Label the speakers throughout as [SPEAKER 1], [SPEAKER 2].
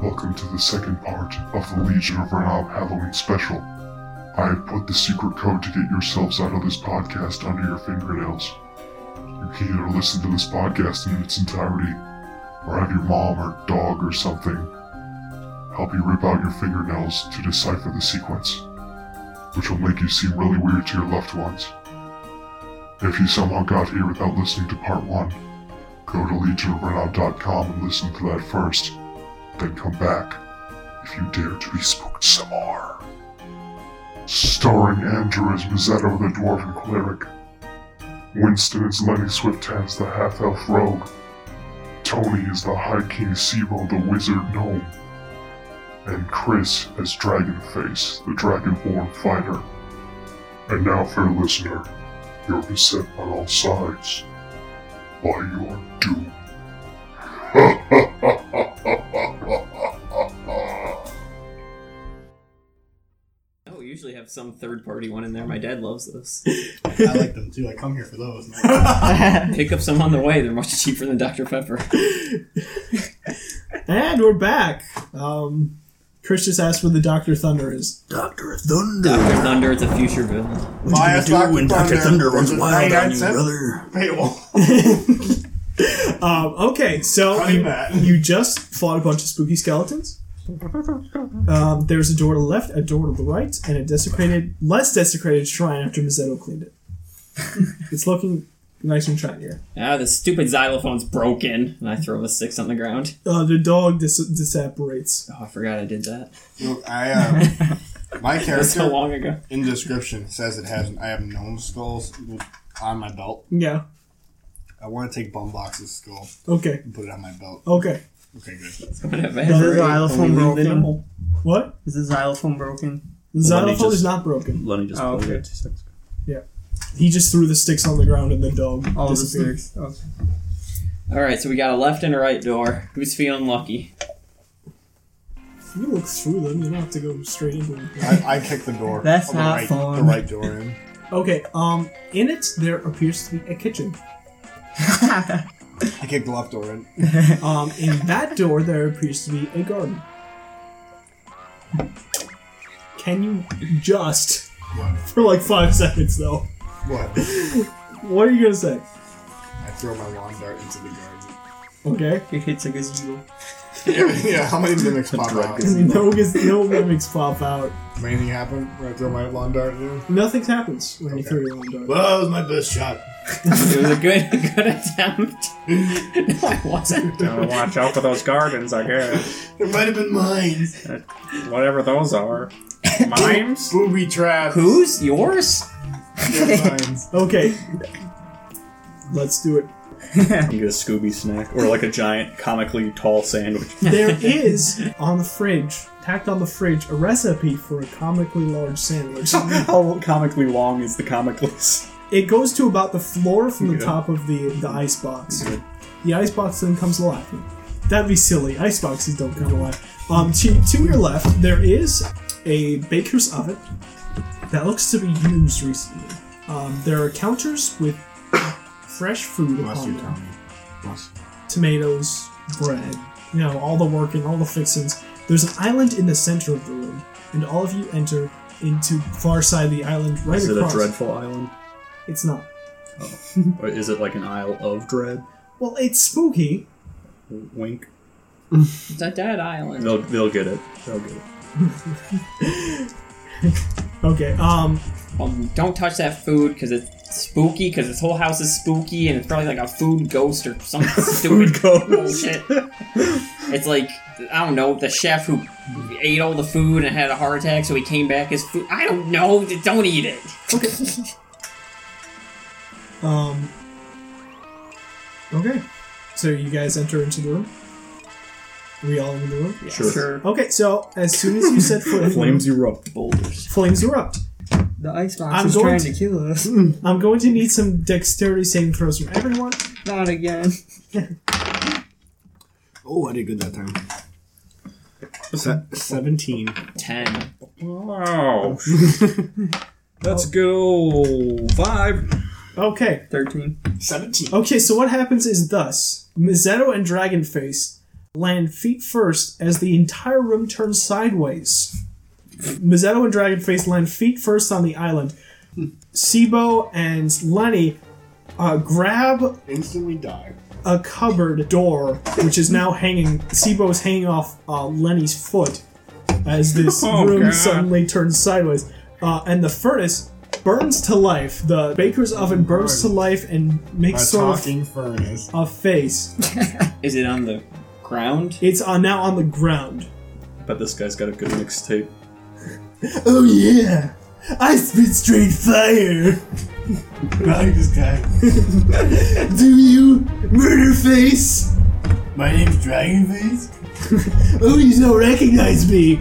[SPEAKER 1] welcome to the second part of the Legion of Renob Halloween special. I have put the secret code to get yourselves out of this podcast under your fingernails. You can either listen to this podcast in its entirety, or have your mom or dog or something help you rip out your fingernails to decipher the sequence, which will make you seem really weird to your loved ones. If you somehow got here without listening to part one, go to legionofrenob.com and listen to that first, then come back if you dare to be spooked some more. Starring Andrew as Mazzetto the Dwarven Cleric, Winston as Lenny Swifthands the Half Elf Rogue, Tony as the High King Sibo the Wizard Gnome, and Chris as Dragonface the Dragonborn Fighter. And now, fair listener, you're beset on all sides by your doom.
[SPEAKER 2] Oh, we usually have some third party one in there. My dad loves those.
[SPEAKER 3] I like them too. I come here for those. I
[SPEAKER 2] Pick up some on the way. They're much cheaper than Dr. Pepper.
[SPEAKER 4] And we're back. Um, Chris just asked where the Doctor Thunder is.
[SPEAKER 5] Doctor Thunder.
[SPEAKER 2] Dr. Thunder is a future villain.
[SPEAKER 5] What
[SPEAKER 3] Why
[SPEAKER 5] you
[SPEAKER 3] is
[SPEAKER 5] gonna do
[SPEAKER 3] Dr.
[SPEAKER 5] when Doctor
[SPEAKER 3] Thunder-
[SPEAKER 5] Thunder runs
[SPEAKER 3] Is it
[SPEAKER 5] wild on
[SPEAKER 3] 99
[SPEAKER 5] you,
[SPEAKER 3] cents?
[SPEAKER 5] brother?
[SPEAKER 3] paywall.
[SPEAKER 4] Um, okay, so
[SPEAKER 3] Honey
[SPEAKER 4] you,
[SPEAKER 3] Matt.
[SPEAKER 4] you just fought a bunch of spooky skeletons. Um, there's a door to the left, a door to the right, and a desecrated, less desecrated shrine after Mazzetto cleaned it. it's looking nice and shinier.
[SPEAKER 2] Ah, the stupid xylophone's broken. And I throw the six on the ground.
[SPEAKER 4] Uh, the dog dis- disapparates.
[SPEAKER 2] Oh, I forgot I did that.
[SPEAKER 3] Look, I uh, my
[SPEAKER 2] That was so
[SPEAKER 3] character
[SPEAKER 2] long ago.
[SPEAKER 3] in description says it has. I have gnome skulls on my belt.
[SPEAKER 4] Yeah.
[SPEAKER 3] I want to take Bumbox's skull
[SPEAKER 4] Okay.
[SPEAKER 3] and put it on my belt.
[SPEAKER 4] Okay.
[SPEAKER 3] Okay, good.
[SPEAKER 2] Whatever.
[SPEAKER 4] Another
[SPEAKER 6] xylophone broken?
[SPEAKER 4] What?
[SPEAKER 6] Is the xylophone broken?
[SPEAKER 4] The
[SPEAKER 5] Well, let me
[SPEAKER 4] xylophone
[SPEAKER 5] just-
[SPEAKER 4] is not broken.
[SPEAKER 5] Lenny just
[SPEAKER 6] Oh,
[SPEAKER 5] pulled
[SPEAKER 6] okay.
[SPEAKER 5] it. Two seconds.
[SPEAKER 4] He just threw the sticks on the ground and the dog
[SPEAKER 6] All the
[SPEAKER 4] disappeared.
[SPEAKER 6] sticks. Okay.
[SPEAKER 2] All right, so we got a left and a right door. Who's feeling lucky?
[SPEAKER 4] You can look through them. You don't have to go straight into them.
[SPEAKER 3] I, I kick the door.
[SPEAKER 6] That's
[SPEAKER 3] on the
[SPEAKER 6] not
[SPEAKER 3] right,
[SPEAKER 6] fun.
[SPEAKER 3] The right door in.
[SPEAKER 4] Okay, um, in it there appears to be a kitchen.
[SPEAKER 3] I kick the left door in.
[SPEAKER 4] Um, in that door there appears to be a garden. Can you just for like five seconds though?
[SPEAKER 3] What?
[SPEAKER 4] What are you gonna say?
[SPEAKER 3] I throw my wand dart into the garden.
[SPEAKER 4] Okay,
[SPEAKER 6] It hits a gazebo.
[SPEAKER 3] Yeah, yeah, how many mimics pop out? Does
[SPEAKER 4] no, gets- no mimics pop out.
[SPEAKER 3] anything happen when I throw my wand dart in?
[SPEAKER 4] Nothing happens when you
[SPEAKER 3] Okay.
[SPEAKER 4] throw your own dart.
[SPEAKER 3] Well, that was my best shot.
[SPEAKER 2] It was a good, good attempt. no, I wasn't.
[SPEAKER 7] Gotta watch out for those gardens, I guess.
[SPEAKER 3] It might have been mine.
[SPEAKER 7] Whatever those are. Mimes?
[SPEAKER 3] Booby trap.
[SPEAKER 2] Who's yours?
[SPEAKER 4] Okay, let's do it.
[SPEAKER 5] You get a Scooby snack or like a giant, comically tall sandwich.
[SPEAKER 4] There is on the fridge, tacked on the fridge, a recipe for a comically large sandwich.
[SPEAKER 5] How comically long is the comically? s-
[SPEAKER 4] It goes to about the floor from the
[SPEAKER 5] Yeah.
[SPEAKER 4] top of the the ice box.
[SPEAKER 5] Good.
[SPEAKER 4] The ice box then comes alive. That'd be silly. Ice boxes don't come alive. Um, to, to your left, there is a baker's oven that looks to be used recently. Um, there are counters with fresh food
[SPEAKER 3] Bless
[SPEAKER 4] upon
[SPEAKER 3] you,
[SPEAKER 4] them.
[SPEAKER 3] Tommy. Bless you.
[SPEAKER 4] Tomatoes, bread, you know, all the work and all the fixins. There's an island in the center of the room, and all of you enter into far side of the island right
[SPEAKER 5] Is it a
[SPEAKER 4] across.
[SPEAKER 5] dreadful island?
[SPEAKER 4] it's not.
[SPEAKER 5] Or is it like an Isle of Dread?
[SPEAKER 4] Well, it's spooky.
[SPEAKER 5] Wink.
[SPEAKER 2] It's a dead island.
[SPEAKER 5] They'll, they'll get it. They'll get it.
[SPEAKER 4] Okay. Um.
[SPEAKER 2] Um, don't touch that food because it's spooky. Because this whole house is spooky, and it's probably like a food ghost or some stupid
[SPEAKER 5] ghost.
[SPEAKER 2] bullshit. It's like I don't know the chef who ate all the food and had a heart attack, so he came back as food. I don't know. d- Don't eat it.
[SPEAKER 4] Um. Okay. So you guys enter into the room. Are we all in the room?
[SPEAKER 5] Sure.
[SPEAKER 4] Okay. So as soon as you set foot in the room,
[SPEAKER 5] Flames erupt.
[SPEAKER 2] Boulders.
[SPEAKER 4] flames erupt.
[SPEAKER 6] The icebox
[SPEAKER 4] I'm
[SPEAKER 6] is
[SPEAKER 4] going
[SPEAKER 6] trying
[SPEAKER 4] to-
[SPEAKER 6] to kill us.
[SPEAKER 4] I'm going to need some dexterity saving throws from everyone.
[SPEAKER 6] Not again.
[SPEAKER 3] Oh, I did good that time. Se- 17.
[SPEAKER 2] Ten.
[SPEAKER 7] Wow.
[SPEAKER 5] Let's go five.
[SPEAKER 4] Okay.
[SPEAKER 6] 13.
[SPEAKER 3] 17.
[SPEAKER 4] Okay. So what happens is thus: Mazzetto and Dragonface land feet first as the entire room turns sideways. Mazzetto and Dragonface land feet first on the island. Sibo and Lenny uh, grab
[SPEAKER 8] Instantly die.
[SPEAKER 4] a cupboard door, which is now hanging. Sibo is hanging off uh, Lenny's foot as this
[SPEAKER 9] Oh,
[SPEAKER 4] room
[SPEAKER 9] God.
[SPEAKER 4] suddenly turns sideways. Uh, and the furnace burns to life. The baker's oven burns to life and
[SPEAKER 8] A
[SPEAKER 4] makes sort of
[SPEAKER 8] talking furnace.
[SPEAKER 4] a face.
[SPEAKER 2] Is it on the ground?
[SPEAKER 4] It's uh, now on the ground.
[SPEAKER 5] But this guy's got a good mixtape.
[SPEAKER 4] Oh yeah! I spit straight fire!
[SPEAKER 8] I like this guy.
[SPEAKER 4] Do you, murder face?
[SPEAKER 8] My name's Dragonface.
[SPEAKER 4] Oh, you don't recognize me!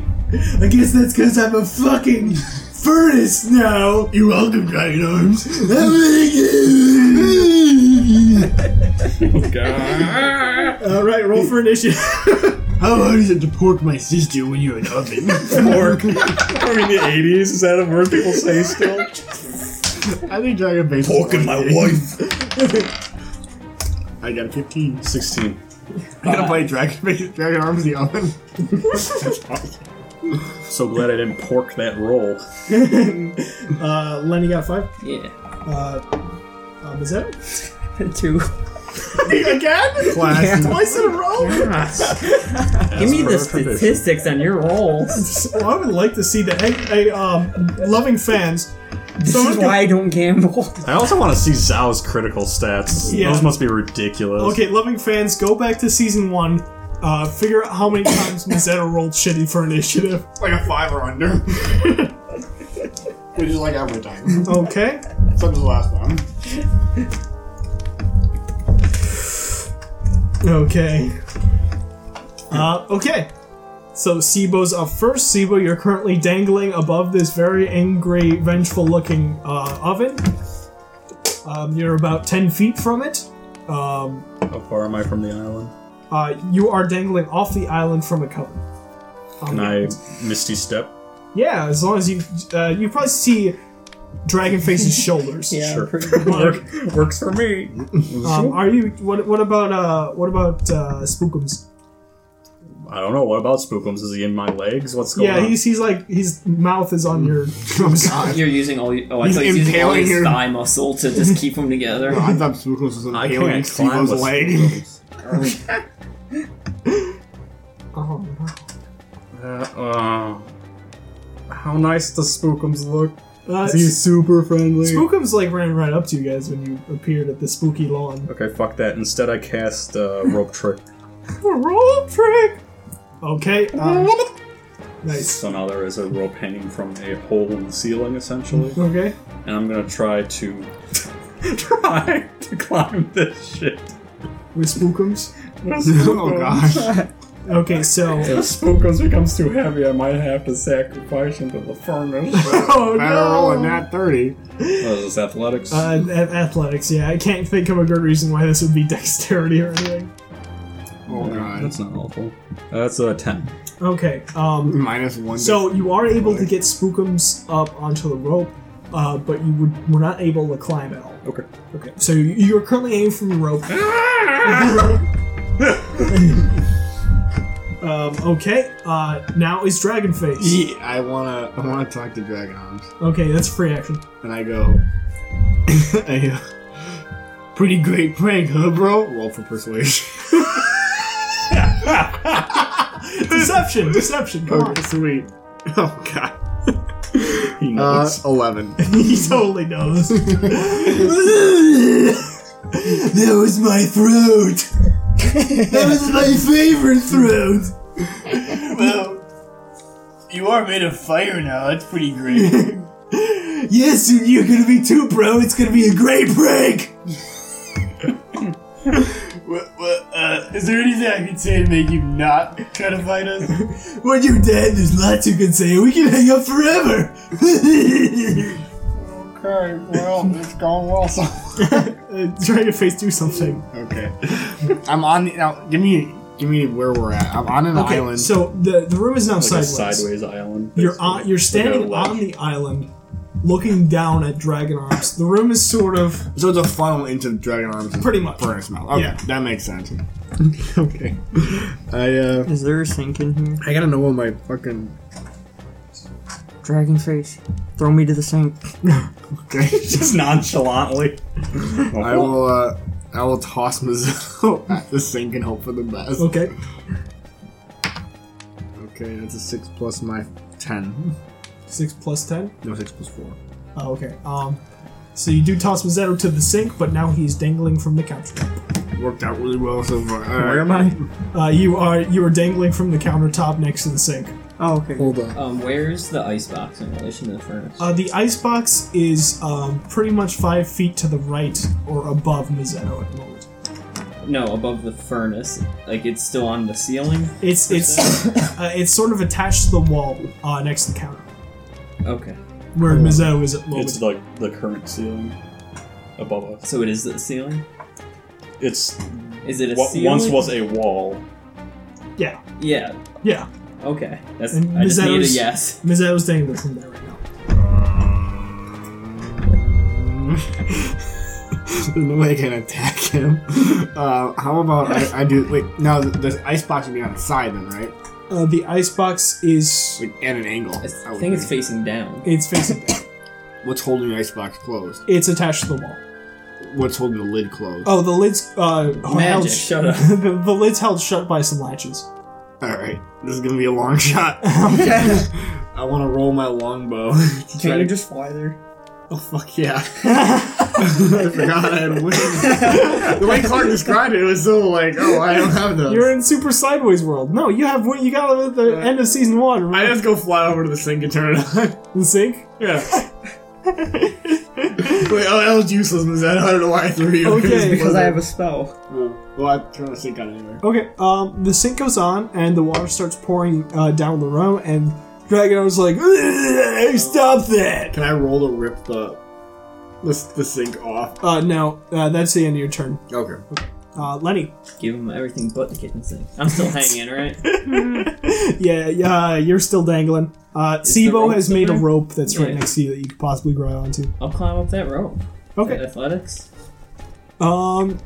[SPEAKER 4] I guess that's because I'm a fucking furnace now!
[SPEAKER 8] You're welcome, Dragon Arms.
[SPEAKER 7] Oh,
[SPEAKER 9] God.
[SPEAKER 4] Alright, roll for initiative.
[SPEAKER 8] How hard is it to pork my sister when you're an oven?
[SPEAKER 5] Pork. I mean, the 80s? Is that a word people say still?
[SPEAKER 8] I think Dragonface.
[SPEAKER 5] Porking my wife.
[SPEAKER 8] I got a 15.
[SPEAKER 5] 16.
[SPEAKER 8] I'm gonna play Dragonface. Dragon Arms the oven.
[SPEAKER 5] So glad I didn't pork that roll.
[SPEAKER 4] Uh, Lenny got five.
[SPEAKER 2] Yeah.
[SPEAKER 4] Uh, uh Mazzetto?
[SPEAKER 6] Two.
[SPEAKER 4] Again?
[SPEAKER 8] Class.
[SPEAKER 4] Twice in a row?
[SPEAKER 6] Ah,
[SPEAKER 2] Give me the
[SPEAKER 8] proficient.
[SPEAKER 2] statistics on your rolls.
[SPEAKER 4] Well, Oh, I would like to see that. Hey, hey um, loving fans.
[SPEAKER 6] This
[SPEAKER 4] Someone's
[SPEAKER 6] is
[SPEAKER 4] gonna-
[SPEAKER 6] why I don't gamble.
[SPEAKER 5] I also want to see Zhao's critical stats.
[SPEAKER 4] Yeah.
[SPEAKER 5] Those must be ridiculous.
[SPEAKER 4] Okay, loving fans, go back to season one. Uh, figure out how many times Mazzetto rolled shitty for initiative.
[SPEAKER 8] like a five or under. Which is like every time.
[SPEAKER 4] Okay.
[SPEAKER 8] Except the last one.
[SPEAKER 4] Okay. Uh, okay. So Sibo's up first. Sibo, you're currently dangling above this very angry, vengeful-looking uh, oven. Um, you're about ten feet from it. Um,
[SPEAKER 5] How far am I from the island?
[SPEAKER 4] uh, you are dangling off the island from a Um, cover.
[SPEAKER 5] Can I misty step?
[SPEAKER 4] Yeah, as long as you uh, you probably see Dragonface's shoulders.
[SPEAKER 6] Yeah,
[SPEAKER 5] Sure.
[SPEAKER 6] pretty
[SPEAKER 5] Work,
[SPEAKER 4] Mark.
[SPEAKER 5] works for me.
[SPEAKER 4] Um, are you? What? What about? Uh, what about uh, Spookums?
[SPEAKER 5] I don't know. What about Spookums? Is he in my legs? What's going
[SPEAKER 4] Yeah,
[SPEAKER 5] on?
[SPEAKER 4] he's he's like his mouth is on your.
[SPEAKER 2] You're using all. Oh, I
[SPEAKER 8] He's
[SPEAKER 2] thought he's using all
[SPEAKER 8] impaling
[SPEAKER 2] his
[SPEAKER 8] your-
[SPEAKER 2] thigh muscle to just keep them together.
[SPEAKER 8] I thought Spookles was an
[SPEAKER 5] I
[SPEAKER 8] alien
[SPEAKER 5] can't climb
[SPEAKER 8] Stevo's
[SPEAKER 5] with
[SPEAKER 8] leg.
[SPEAKER 4] Oh, no.
[SPEAKER 9] Uh, oh. How nice the Spookums look.
[SPEAKER 4] Uh,
[SPEAKER 9] super friendly.
[SPEAKER 4] Spookums like ran right up to you guys when you appeared at the spooky lawn.
[SPEAKER 5] Okay, fuck that. Instead, I cast uh, rope trick.
[SPEAKER 4] Roll trick. Okay. um, nice.
[SPEAKER 5] So now there is a rope hanging from a hole in the ceiling, essentially.
[SPEAKER 4] Okay.
[SPEAKER 5] And I'm gonna try to try to climb this shit.
[SPEAKER 4] With spookums.
[SPEAKER 8] oh gosh.
[SPEAKER 4] Okay, so
[SPEAKER 9] If Spookums becomes too heavy, I might have to sacrifice him to the furnace.
[SPEAKER 4] Oh,
[SPEAKER 8] Better
[SPEAKER 4] no.
[SPEAKER 8] roll a nat 30.
[SPEAKER 5] What is this, athletics?
[SPEAKER 4] uh, a- athletics. Yeah, I can't think of a good reason why this would be dexterity or anything.
[SPEAKER 8] Oh god.
[SPEAKER 5] That's not awful. Uh, that's a 10.
[SPEAKER 4] Okay. Um.
[SPEAKER 8] Minus one.
[SPEAKER 4] So you are able to get spookums up onto the rope, uh, but you would, were not able to climb at all.
[SPEAKER 5] Okay.
[SPEAKER 4] Okay. So you- you're currently aiming from the rope. um, okay. Uh, now is Dragonface.
[SPEAKER 8] Yeah, I wanna I wanna talk to Dragon Arms.
[SPEAKER 4] Okay, that's free action.
[SPEAKER 8] And I go I go Pretty great prank, huh bro? Roll for persuasion.
[SPEAKER 4] Deception. Deception. Come on.
[SPEAKER 8] Okay, sweet. Oh god.
[SPEAKER 5] He
[SPEAKER 8] Uh,
[SPEAKER 5] knows.
[SPEAKER 8] eleven.
[SPEAKER 4] he totally knows.
[SPEAKER 8] That was my throat. that was my favorite throat. well, you are made of fire now. That's pretty great. yes, and you're gonna be too, bro. It's gonna be a great break. what, what, uh, is there anything I can say to make you not try to fight us? when you're dead, there's lots you can say. We can hang out forever. okay, well, it's going well. So.
[SPEAKER 4] uh, Dragonface, do something.
[SPEAKER 8] Okay. I'm on the, now. Give me give me where we're at. I'm on an
[SPEAKER 4] Okay.
[SPEAKER 8] island.
[SPEAKER 4] So the the room is now
[SPEAKER 5] like
[SPEAKER 4] sideways.
[SPEAKER 5] a sideways island.
[SPEAKER 4] You're on. You're standing
[SPEAKER 5] Like a ledge.
[SPEAKER 4] on the island. looking down at Dragon Arms. The room is sort of
[SPEAKER 8] So it's a funnel into Dragon Arms.
[SPEAKER 4] Pretty much.
[SPEAKER 8] Furnace smell. Okay,
[SPEAKER 4] Yeah.
[SPEAKER 8] that makes sense. okay. I uh,
[SPEAKER 6] Is there a sink in here?
[SPEAKER 8] I gotta know what my fucking.
[SPEAKER 6] Dragon face. Throw me to the sink.
[SPEAKER 8] Okay.
[SPEAKER 5] Just nonchalantly.
[SPEAKER 8] I will. Uh, I will toss Mizzou at the sink and hope for the best.
[SPEAKER 4] okay.
[SPEAKER 8] Okay, that's a six plus my ten.
[SPEAKER 4] Six plus ten.
[SPEAKER 8] No, six plus four.
[SPEAKER 4] Oh, okay. Um, so you do toss Mazzetto to the sink, but now he's dangling from the countertop.
[SPEAKER 8] Worked out really well so far. All
[SPEAKER 5] Where
[SPEAKER 8] right.
[SPEAKER 5] am I?
[SPEAKER 4] Uh, you are you are dangling from the countertop next to the sink.
[SPEAKER 6] Oh, okay.
[SPEAKER 8] Hold on.
[SPEAKER 3] Um, where's the icebox in relation to the furnace?
[SPEAKER 4] Uh, the icebox is um, pretty much five feet to the right or above Mazzetto at the moment.
[SPEAKER 3] no, above the furnace. Like it's still on the ceiling.
[SPEAKER 4] It's it's uh, it's sort of attached to the wall uh, next to the counter
[SPEAKER 3] Okay,
[SPEAKER 4] where Mazzetto is at the moment.
[SPEAKER 5] It's like the current ceiling above us.
[SPEAKER 3] so it is the ceiling.
[SPEAKER 5] It's
[SPEAKER 3] Is it a
[SPEAKER 5] what
[SPEAKER 3] ceiling?
[SPEAKER 5] once was a wall.
[SPEAKER 3] Yeah.
[SPEAKER 4] yeah,
[SPEAKER 3] Okay. That's.
[SPEAKER 4] And
[SPEAKER 3] I just
[SPEAKER 4] Mizetto's-
[SPEAKER 3] need a yes.
[SPEAKER 4] Mazzetto's dangling from there right now.
[SPEAKER 8] There's no way I can attack him. Uh, how about I, I do? Wait, no, the, the icebox would be on its side then, right?
[SPEAKER 4] Uh, the icebox is
[SPEAKER 8] Like at an angle.
[SPEAKER 3] I
[SPEAKER 8] would
[SPEAKER 3] think it's
[SPEAKER 8] think.
[SPEAKER 3] facing down.
[SPEAKER 4] it's facing
[SPEAKER 8] What's holding the icebox closed?
[SPEAKER 4] it's attached to the wall.
[SPEAKER 8] What's holding the lid closed?
[SPEAKER 4] Oh, the lid's uh, held
[SPEAKER 3] Magic. Shut up.
[SPEAKER 4] the, the lid's held shut by some latches.
[SPEAKER 8] All right, this is gonna be a long shot. okay. I want to roll my longbow. to try
[SPEAKER 6] Can you
[SPEAKER 8] to-
[SPEAKER 6] just fly there?
[SPEAKER 8] Oh fuck yeah! I forgot I had wings. the way Clark described it, it was so like, oh, I don't have those.
[SPEAKER 4] You're in Super Sideways World. No, you have what you got at the end of season one.
[SPEAKER 8] I
[SPEAKER 4] Remember
[SPEAKER 8] just go fly over to the sink and turn it on.
[SPEAKER 4] the sink?
[SPEAKER 8] Yeah. Wait, oh, that was useless, was that? I don't know why I threw you.
[SPEAKER 4] Okay.
[SPEAKER 6] Because I have a spell.
[SPEAKER 8] Well, well, I turn the sink on anyway.
[SPEAKER 4] Okay. Um, the sink goes on, and the water starts pouring uh, down the room, and Dragon was like, "Ugh, "Stop that!"
[SPEAKER 8] Can I roll to rip the, the, the sink off?
[SPEAKER 4] Uh, no, uh, that's the end of your turn.
[SPEAKER 8] Okay.
[SPEAKER 4] Uh, Lenny.
[SPEAKER 3] Give him everything but the kitchen sink. I'm still hanging, right?
[SPEAKER 4] Yeah, yeah, you're still dangling. Uh,
[SPEAKER 3] the
[SPEAKER 4] Sibo
[SPEAKER 3] rope
[SPEAKER 4] has
[SPEAKER 3] still
[SPEAKER 4] made a
[SPEAKER 3] there?
[SPEAKER 4] rope that's right
[SPEAKER 3] Yeah.
[SPEAKER 4] next to you that you could possibly grab onto.
[SPEAKER 3] I'll climb up that rope.
[SPEAKER 4] Okay.
[SPEAKER 3] Athletics.
[SPEAKER 4] Um,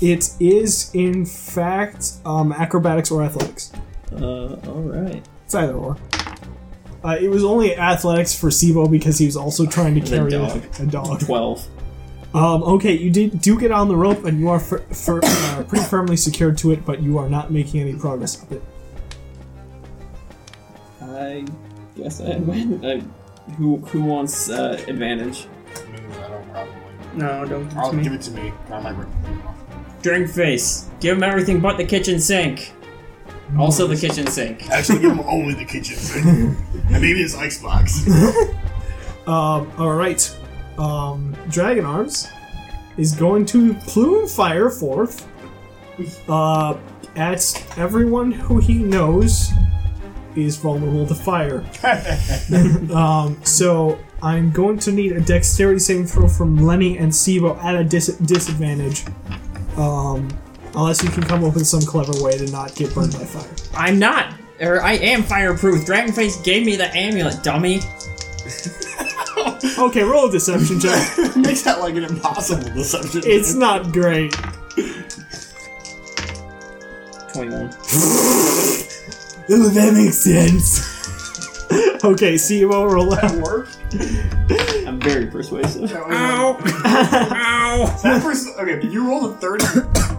[SPEAKER 4] it is in fact um, acrobatics or athletics.
[SPEAKER 3] Uh, all right.
[SPEAKER 4] It's either or. Uh, it was only athletics for Sibo because he was also trying to carry a
[SPEAKER 3] dog.
[SPEAKER 4] a dog.
[SPEAKER 3] Twelve.
[SPEAKER 4] Um, okay, you did do get on the rope and you are fir- fir- uh, pretty firmly secured to it, but you are not making any progress up it.
[SPEAKER 3] I guess I win. I, who who wants uh, advantage?
[SPEAKER 6] No, don't give it to me.
[SPEAKER 8] it to me. I might rip
[SPEAKER 3] Drink face. Give him everything but the kitchen sink. Also the kitchen sink.
[SPEAKER 8] Actually, give him only the kitchen sink. and maybe his icebox.
[SPEAKER 4] Um, alright. Um, Dragon Arms is going to plume fire forth uh, at everyone who he knows is vulnerable to fire. um, so I'm going to need a dexterity saving throw from Lenny and Sibo at a dis- disadvantage. Um, unless you can come up with some clever way to not get burned by fire.
[SPEAKER 3] I'm not, or I am fireproof. Dragonface gave me the amulet, dummy.
[SPEAKER 4] Okay, roll a deception check.
[SPEAKER 8] Makes that like an impossible deception.
[SPEAKER 4] It's not great.
[SPEAKER 3] Twenty-one.
[SPEAKER 4] Ooh, that makes sense. okay, see you all roll out.
[SPEAKER 8] work.
[SPEAKER 3] I'm very persuasive.
[SPEAKER 8] That person, okay, you rolled a 30,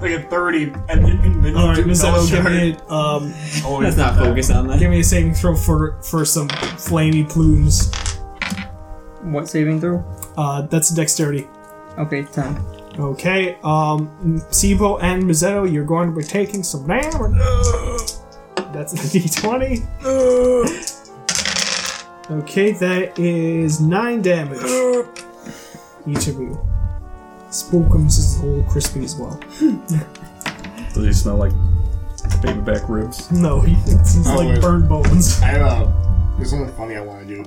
[SPEAKER 8] like a 30, and then you then you
[SPEAKER 4] Alright,
[SPEAKER 8] do
[SPEAKER 4] Miss
[SPEAKER 8] double
[SPEAKER 4] Evo, give
[SPEAKER 8] shot.
[SPEAKER 4] me um
[SPEAKER 3] Let's not focus on that.
[SPEAKER 4] give me a saving throw for for some flamey plumes.
[SPEAKER 6] What saving throw?
[SPEAKER 4] Uh that's a dexterity.
[SPEAKER 6] Okay, 10.
[SPEAKER 4] Okay, um Sibo and Mazzetto, you're going to be taking some damage. That's the D twenty. Okay, that is nine damage. Each of you. Spookums is a little crispy as well.
[SPEAKER 5] Does he smell like baby back ribs?
[SPEAKER 4] No, he thinks he's
[SPEAKER 8] Oh,
[SPEAKER 4] like
[SPEAKER 8] wait.
[SPEAKER 4] burned bones.
[SPEAKER 8] I have a. There's something funny I want to do.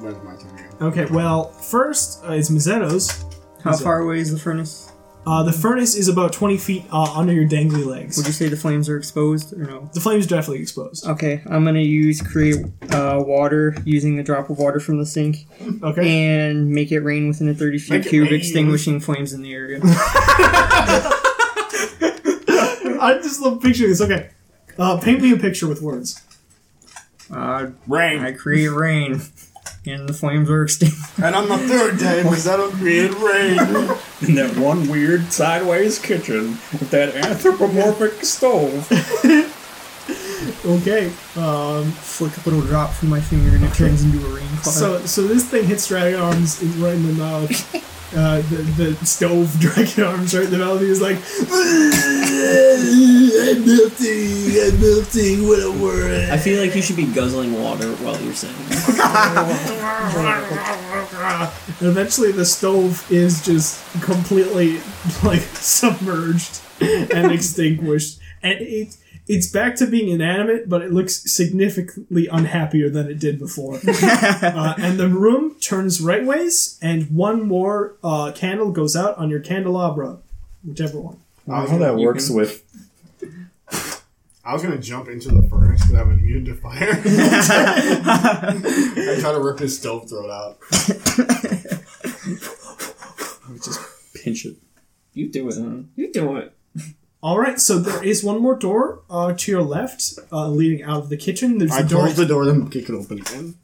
[SPEAKER 8] When's my turn again?
[SPEAKER 4] Okay, well, first uh, is Mazzetto's.
[SPEAKER 6] How
[SPEAKER 4] Is it-
[SPEAKER 6] far away is the furnace?
[SPEAKER 4] Uh, the furnace is about 20 feet uh, under your dangly legs.
[SPEAKER 6] Would you say the flames are exposed or no?
[SPEAKER 4] The flame's definitely exposed.
[SPEAKER 6] Okay, I'm gonna use create uh, water using the drop of water from the sink
[SPEAKER 4] Okay.
[SPEAKER 6] and make it rain within a 30 feet cube,
[SPEAKER 3] rain.
[SPEAKER 6] extinguishing flames in the area.
[SPEAKER 4] I just love picturing this. Okay. Uh, paint me a picture with words.
[SPEAKER 6] Uh,
[SPEAKER 3] Rain.
[SPEAKER 6] I create rain, and the flames are extinguished.
[SPEAKER 3] And on the third day, Mazzetto created rain.
[SPEAKER 5] In that one weird sideways kitchen with that anthropomorphic stove.
[SPEAKER 4] Okay. Um,
[SPEAKER 6] Flick a little drop from my finger, and it turns into a rain cloud.
[SPEAKER 4] so so this thing hits Dragon Arms in- right in the mouth. Uh, the, the stove Dragon Arms right in the mouth. He's like, I'm melting, I'm melting, what a word.
[SPEAKER 2] I feel like you should be guzzling water while you're saying. it.
[SPEAKER 4] And eventually the stove is just completely like submerged and extinguished. And it it's back to being inanimate, but it looks significantly unhappier than it did before. uh, and the room turns right ways, and one more uh, candle goes out on your candelabra, whichever one.
[SPEAKER 5] I don't know how that works with.
[SPEAKER 8] I was gonna jump into the furnace because I'm immune to fire. I try to rip his stove throat out.
[SPEAKER 5] Pinch it.
[SPEAKER 2] You do it. Huh? You do it.
[SPEAKER 4] All right, so there is one more door uh, to your left, uh, leading out of the kitchen. There's
[SPEAKER 8] I
[SPEAKER 4] the door.
[SPEAKER 8] close the door, then kick it open again.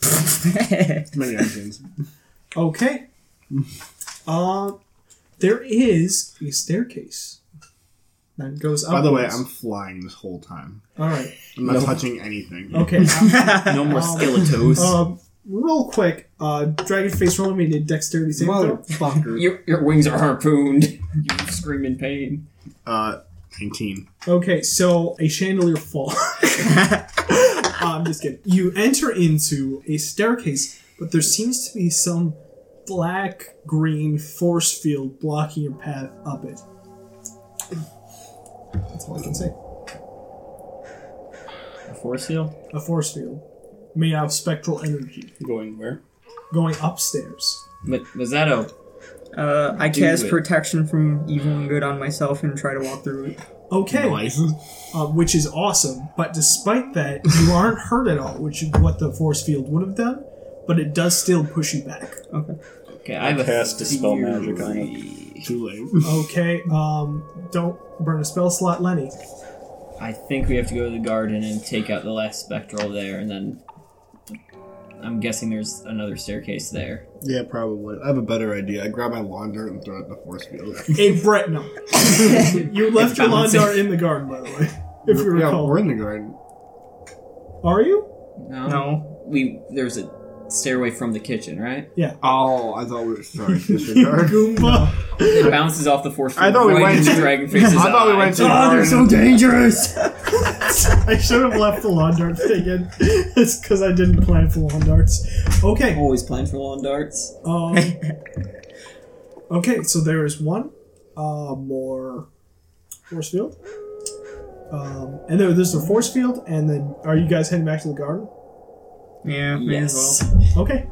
[SPEAKER 8] Many engines.
[SPEAKER 4] Okay. Uh, there is a staircase that goes up.
[SPEAKER 8] By the way, I'm flying this whole time.
[SPEAKER 4] All right.
[SPEAKER 8] I'm not touching anything.
[SPEAKER 4] Okay. now,
[SPEAKER 2] No more skeletos.
[SPEAKER 4] um, real quick, uh, Dragonface, roll me a dexterity saving throw.
[SPEAKER 8] Motherfucker.
[SPEAKER 2] your, your wings are harpooned. You scream in pain.
[SPEAKER 8] Uh, 19.
[SPEAKER 4] Okay, so a chandelier fall. I'm just kidding. You enter into a staircase, but there seems to be some black green force field blocking your path up it. That's all I can say.
[SPEAKER 2] A force field?
[SPEAKER 4] a force field made out of spectral energy
[SPEAKER 5] Going where?
[SPEAKER 4] going upstairs.
[SPEAKER 2] Ma- Mazzetto.
[SPEAKER 6] Uh, I cast
[SPEAKER 2] it.
[SPEAKER 6] protection from evil and good on myself and try to walk through it.
[SPEAKER 4] Okay,
[SPEAKER 8] Nice.
[SPEAKER 4] um, which is awesome. But despite that, you aren't hurt at all, which is what the force field would have done. But it does still push you back.
[SPEAKER 2] Okay, I have a
[SPEAKER 5] Cast dispel magic on
[SPEAKER 2] it.
[SPEAKER 8] Too late.
[SPEAKER 4] Okay, um, don't burn a spell slot, Lenny.
[SPEAKER 2] I think we have to go to the garden and take out the last spectral there, and then I'm guessing there's another staircase there.
[SPEAKER 8] Yeah, probably. I have a better idea. I grab my lawn dirt and throw it in the force field.
[SPEAKER 4] A Bretnum. you left your lawn
[SPEAKER 2] bouncing.
[SPEAKER 4] dart in the garden, by the way, if you
[SPEAKER 8] yeah,
[SPEAKER 4] recall.
[SPEAKER 8] we're in the garden.
[SPEAKER 4] Are you?
[SPEAKER 2] No,
[SPEAKER 6] No.
[SPEAKER 2] we there's a stairway from the kitchen, right?
[SPEAKER 8] Oh, I thought we were sorry. disregard.
[SPEAKER 4] Goomba.
[SPEAKER 2] It bounces off the force field
[SPEAKER 8] I thought we
[SPEAKER 2] right
[SPEAKER 8] went
[SPEAKER 2] into
[SPEAKER 8] to-
[SPEAKER 2] Dragonface's
[SPEAKER 8] I thought we
[SPEAKER 2] eye.
[SPEAKER 8] went to the garden.
[SPEAKER 6] dangerous!
[SPEAKER 4] I should have left the lawn dart thing in. It's because I didn't plan for lawn darts. Okay.
[SPEAKER 2] Always playing for lawn darts.
[SPEAKER 4] Um, okay, so there is one uh, more force field. Um, and there, there's a force field, and then are you guys heading back to the garden?
[SPEAKER 6] Yeah, may as
[SPEAKER 2] Yes.
[SPEAKER 6] well.
[SPEAKER 4] Okay.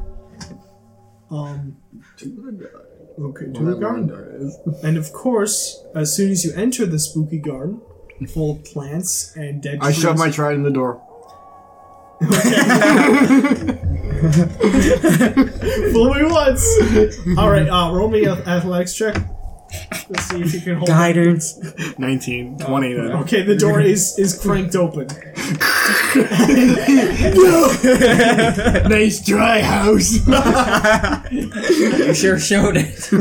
[SPEAKER 4] Um, okay, to
[SPEAKER 8] Where
[SPEAKER 4] the
[SPEAKER 8] that lawn
[SPEAKER 4] garden.
[SPEAKER 8] dart is.
[SPEAKER 4] And of course, as soon as you enter the spooky garden, full of plants and dead
[SPEAKER 8] I shove my
[SPEAKER 4] trees-
[SPEAKER 8] trident in the door.
[SPEAKER 4] Fool me once! Alright, uh, roll me an athletics check. Let's see if you can hold
[SPEAKER 6] Guidance.
[SPEAKER 8] 19, 20. then.
[SPEAKER 4] Okay, the door is is cranked open.
[SPEAKER 8] Oh, nice dry house.
[SPEAKER 2] You sure showed it.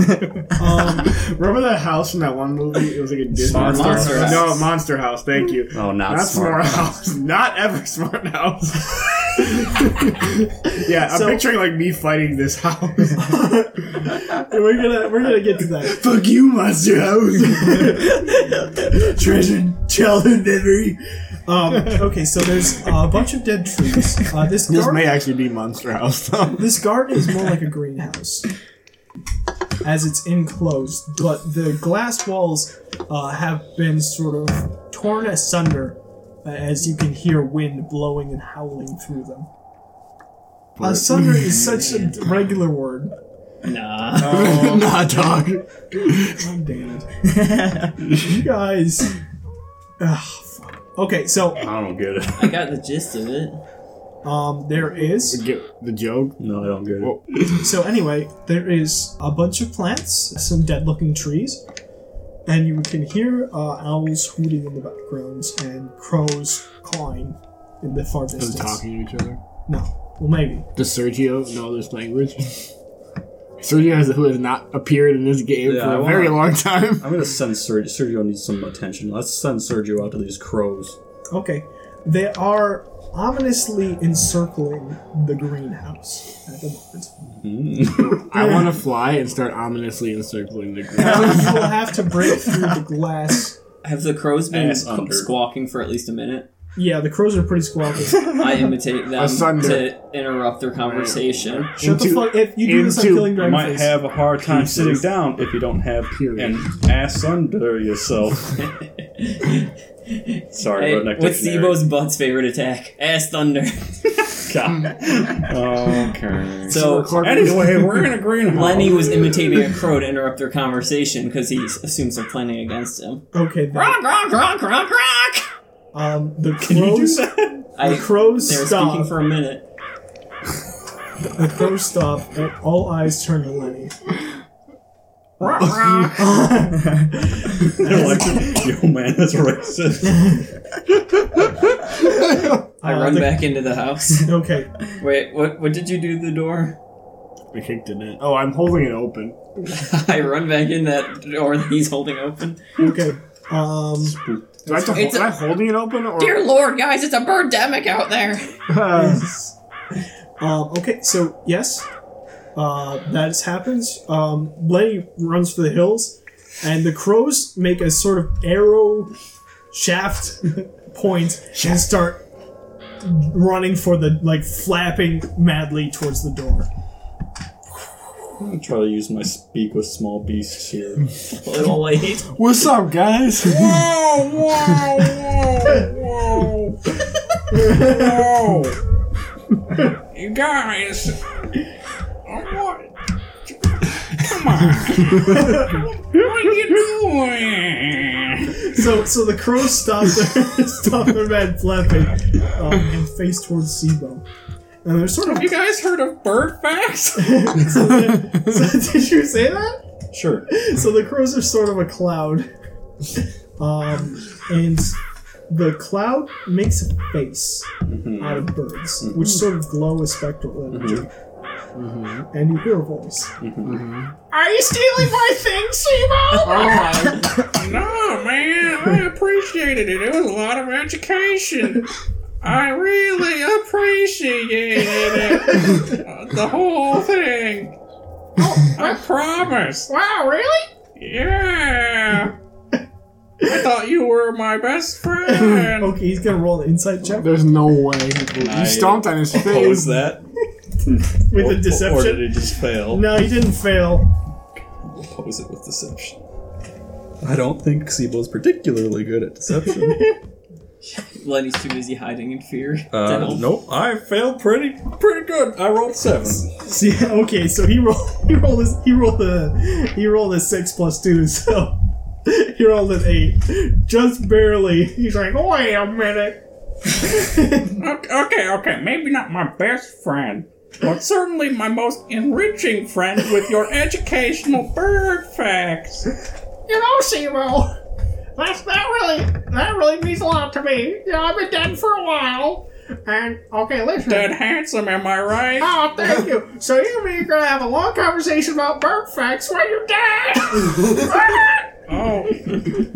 [SPEAKER 4] Um,
[SPEAKER 8] Remember that house in that one movie? It was like a Disney
[SPEAKER 5] Monster
[SPEAKER 2] Monster House.
[SPEAKER 8] No, Monster House. Thank you.
[SPEAKER 5] Oh, not,
[SPEAKER 8] Not smart,
[SPEAKER 5] smart.
[SPEAKER 8] house. Not ever smart house. yeah, I'm
[SPEAKER 4] So-
[SPEAKER 8] picturing like me fighting this house.
[SPEAKER 4] we're gonna we're gonna get to that.
[SPEAKER 8] Fuck you, Monster House. Treasure childhood memory.
[SPEAKER 4] Um, okay, so there's a bunch of dead trees. Uh, this
[SPEAKER 8] This
[SPEAKER 4] garden
[SPEAKER 8] may actually be Monster House though.
[SPEAKER 4] this garden is more like a greenhouse, as it's enclosed. But the glass walls uh, have been sort of torn asunder, uh, as you can hear wind blowing and howling through them. Asunder is such a regular word.
[SPEAKER 3] Nah.
[SPEAKER 8] nah, dog.
[SPEAKER 4] I'm damned. you guys. Ugh, fuck. Okay, so
[SPEAKER 5] I don't get it.
[SPEAKER 2] I got the gist of it.
[SPEAKER 4] um, there is
[SPEAKER 8] Get the joke.
[SPEAKER 5] No, I don't get it.
[SPEAKER 8] Well,
[SPEAKER 4] so anyway there is a bunch of plants, some dead-looking trees, and you can hear uh, owls hooting in the background and crows cawing in the far
[SPEAKER 8] Them
[SPEAKER 4] distance.
[SPEAKER 8] talking to each other.
[SPEAKER 4] No, well maybe.
[SPEAKER 8] Does Sergio know this language? Sergio has, who has not appeared in this game
[SPEAKER 5] Yeah,
[SPEAKER 8] for
[SPEAKER 5] I
[SPEAKER 8] a
[SPEAKER 5] wanna-
[SPEAKER 8] very long time.
[SPEAKER 5] I'm gonna send Sergio. Sergio needs some attention. Let's send Sergio out to these crows.
[SPEAKER 4] Okay, they are ominously encircling the greenhouse at the moment.
[SPEAKER 5] Hmm.
[SPEAKER 8] I want to fly and start ominously encircling the
[SPEAKER 4] So
[SPEAKER 8] ground.
[SPEAKER 4] you will have to break through the glass.
[SPEAKER 2] Have the crows been
[SPEAKER 5] Ass under.
[SPEAKER 2] squawking for at least a minute?
[SPEAKER 4] Yeah, the crows are pretty squawky.
[SPEAKER 2] I imitate them
[SPEAKER 8] Asunder.
[SPEAKER 2] to interrupt their conversation.
[SPEAKER 4] Shut the
[SPEAKER 8] Into-
[SPEAKER 4] fuck! If you do this, I'm
[SPEAKER 8] into-
[SPEAKER 4] killing
[SPEAKER 5] You
[SPEAKER 4] Dragon
[SPEAKER 5] might
[SPEAKER 4] Face.
[SPEAKER 5] have a hard time
[SPEAKER 8] Pieces.
[SPEAKER 5] sitting down if you don't have
[SPEAKER 8] Period.
[SPEAKER 5] an ass under yourself. Sorry,
[SPEAKER 2] Hey,
[SPEAKER 5] redneck
[SPEAKER 2] what's
[SPEAKER 5] dictionary.
[SPEAKER 2] Zebo's butt's favorite attack? Ass thunder.
[SPEAKER 5] Um, God. Okay.
[SPEAKER 2] So
[SPEAKER 8] Clark-
[SPEAKER 5] Anyway, we're in a greenhouse.
[SPEAKER 2] Lenny was imitating a crow to interrupt their conversation because he s- assumes they're planning against him.
[SPEAKER 4] Okay, then.
[SPEAKER 2] Gronk, gronk, gronk, gronk, gronk!
[SPEAKER 4] Um, the
[SPEAKER 5] Can you do
[SPEAKER 4] crows.
[SPEAKER 5] that?
[SPEAKER 4] The
[SPEAKER 2] I,
[SPEAKER 4] crows
[SPEAKER 2] they were
[SPEAKER 4] stop.
[SPEAKER 2] speaking for a minute.
[SPEAKER 4] the crows stop, and all eyes turn to Lenny.
[SPEAKER 5] They're like, yo, man, that's racist.
[SPEAKER 2] I
[SPEAKER 4] Uh,
[SPEAKER 2] run
[SPEAKER 4] the-
[SPEAKER 2] back into the house.
[SPEAKER 4] Okay,
[SPEAKER 2] Wait, what, what did you do to the door?
[SPEAKER 8] I kicked in it. Oh, I'm holding it open.
[SPEAKER 2] I run back in that door that he's holding open.
[SPEAKER 4] okay. Um,
[SPEAKER 8] Do I have to hold,
[SPEAKER 2] It's
[SPEAKER 8] am
[SPEAKER 2] a-
[SPEAKER 8] I holding it open or?
[SPEAKER 2] Dear lord, guys, it's a birdemic out there!
[SPEAKER 4] um, okay, so yes, uh, that has happened. Um, Lenny runs for the hills, and the crows make a sort of arrow shaft point and start running for the like flapping madly towards the door.
[SPEAKER 5] I'm gonna try to use my speak with small beasts here.
[SPEAKER 2] A little late.
[SPEAKER 8] What's up, guys?
[SPEAKER 7] You guys. What? Come on. what are you doing?
[SPEAKER 4] So, so the crows stop their stop their mad flapping um, and face towards Sibo, and they're sort of.
[SPEAKER 7] You guys heard of bird facts?
[SPEAKER 4] so the- so did you say that?
[SPEAKER 5] Sure.
[SPEAKER 4] so the crows are sort of a cloud. Um, and the cloud makes a face
[SPEAKER 5] Mm-hmm.
[SPEAKER 4] out of birds, which sort of glow with spectral energy.
[SPEAKER 5] Mm-hmm.
[SPEAKER 4] And you hear a voice.
[SPEAKER 7] Are you stealing my thing, Sebo?
[SPEAKER 2] Oh,
[SPEAKER 7] no, man. I appreciated it. It was a lot of education. I really appreciated it. Uh, the whole thing. I promise. Wow, really? Yeah. I thought you were my best friend.
[SPEAKER 4] Okay, he's gonna roll an insight check
[SPEAKER 8] There's no way. You
[SPEAKER 5] I
[SPEAKER 8] stomped on his
[SPEAKER 5] What
[SPEAKER 8] face.
[SPEAKER 5] was that?
[SPEAKER 4] with
[SPEAKER 5] Or-
[SPEAKER 4] a
[SPEAKER 5] Or did
[SPEAKER 4] deception.
[SPEAKER 5] it just fail?
[SPEAKER 4] No, he didn't fail.
[SPEAKER 5] Oppose it with deception. I don't think Sibo's particularly good at deception.
[SPEAKER 2] Lenny's too busy hiding in fear. to
[SPEAKER 5] uh,
[SPEAKER 2] help.
[SPEAKER 5] nope, I failed pretty pretty good. I rolled seven.
[SPEAKER 4] See, okay, so he rolled. He rolled. His, he rolled a. He rolled a six plus two, so he rolled an eight, just barely. He's like,
[SPEAKER 10] oh,
[SPEAKER 4] wait a minute.
[SPEAKER 7] Okay, okay, okay. Maybe not my best friend, but certainly my most enriching friend with your educational bird facts.
[SPEAKER 10] You know, Sebo, that's, that really that really means a lot to me. You know, I've been dead for a while, and okay, listen.
[SPEAKER 7] Dead handsome, am I right?
[SPEAKER 10] Oh, thank you. So you and me are gonna have a long conversation about bird facts when you're dead.
[SPEAKER 7] Oh,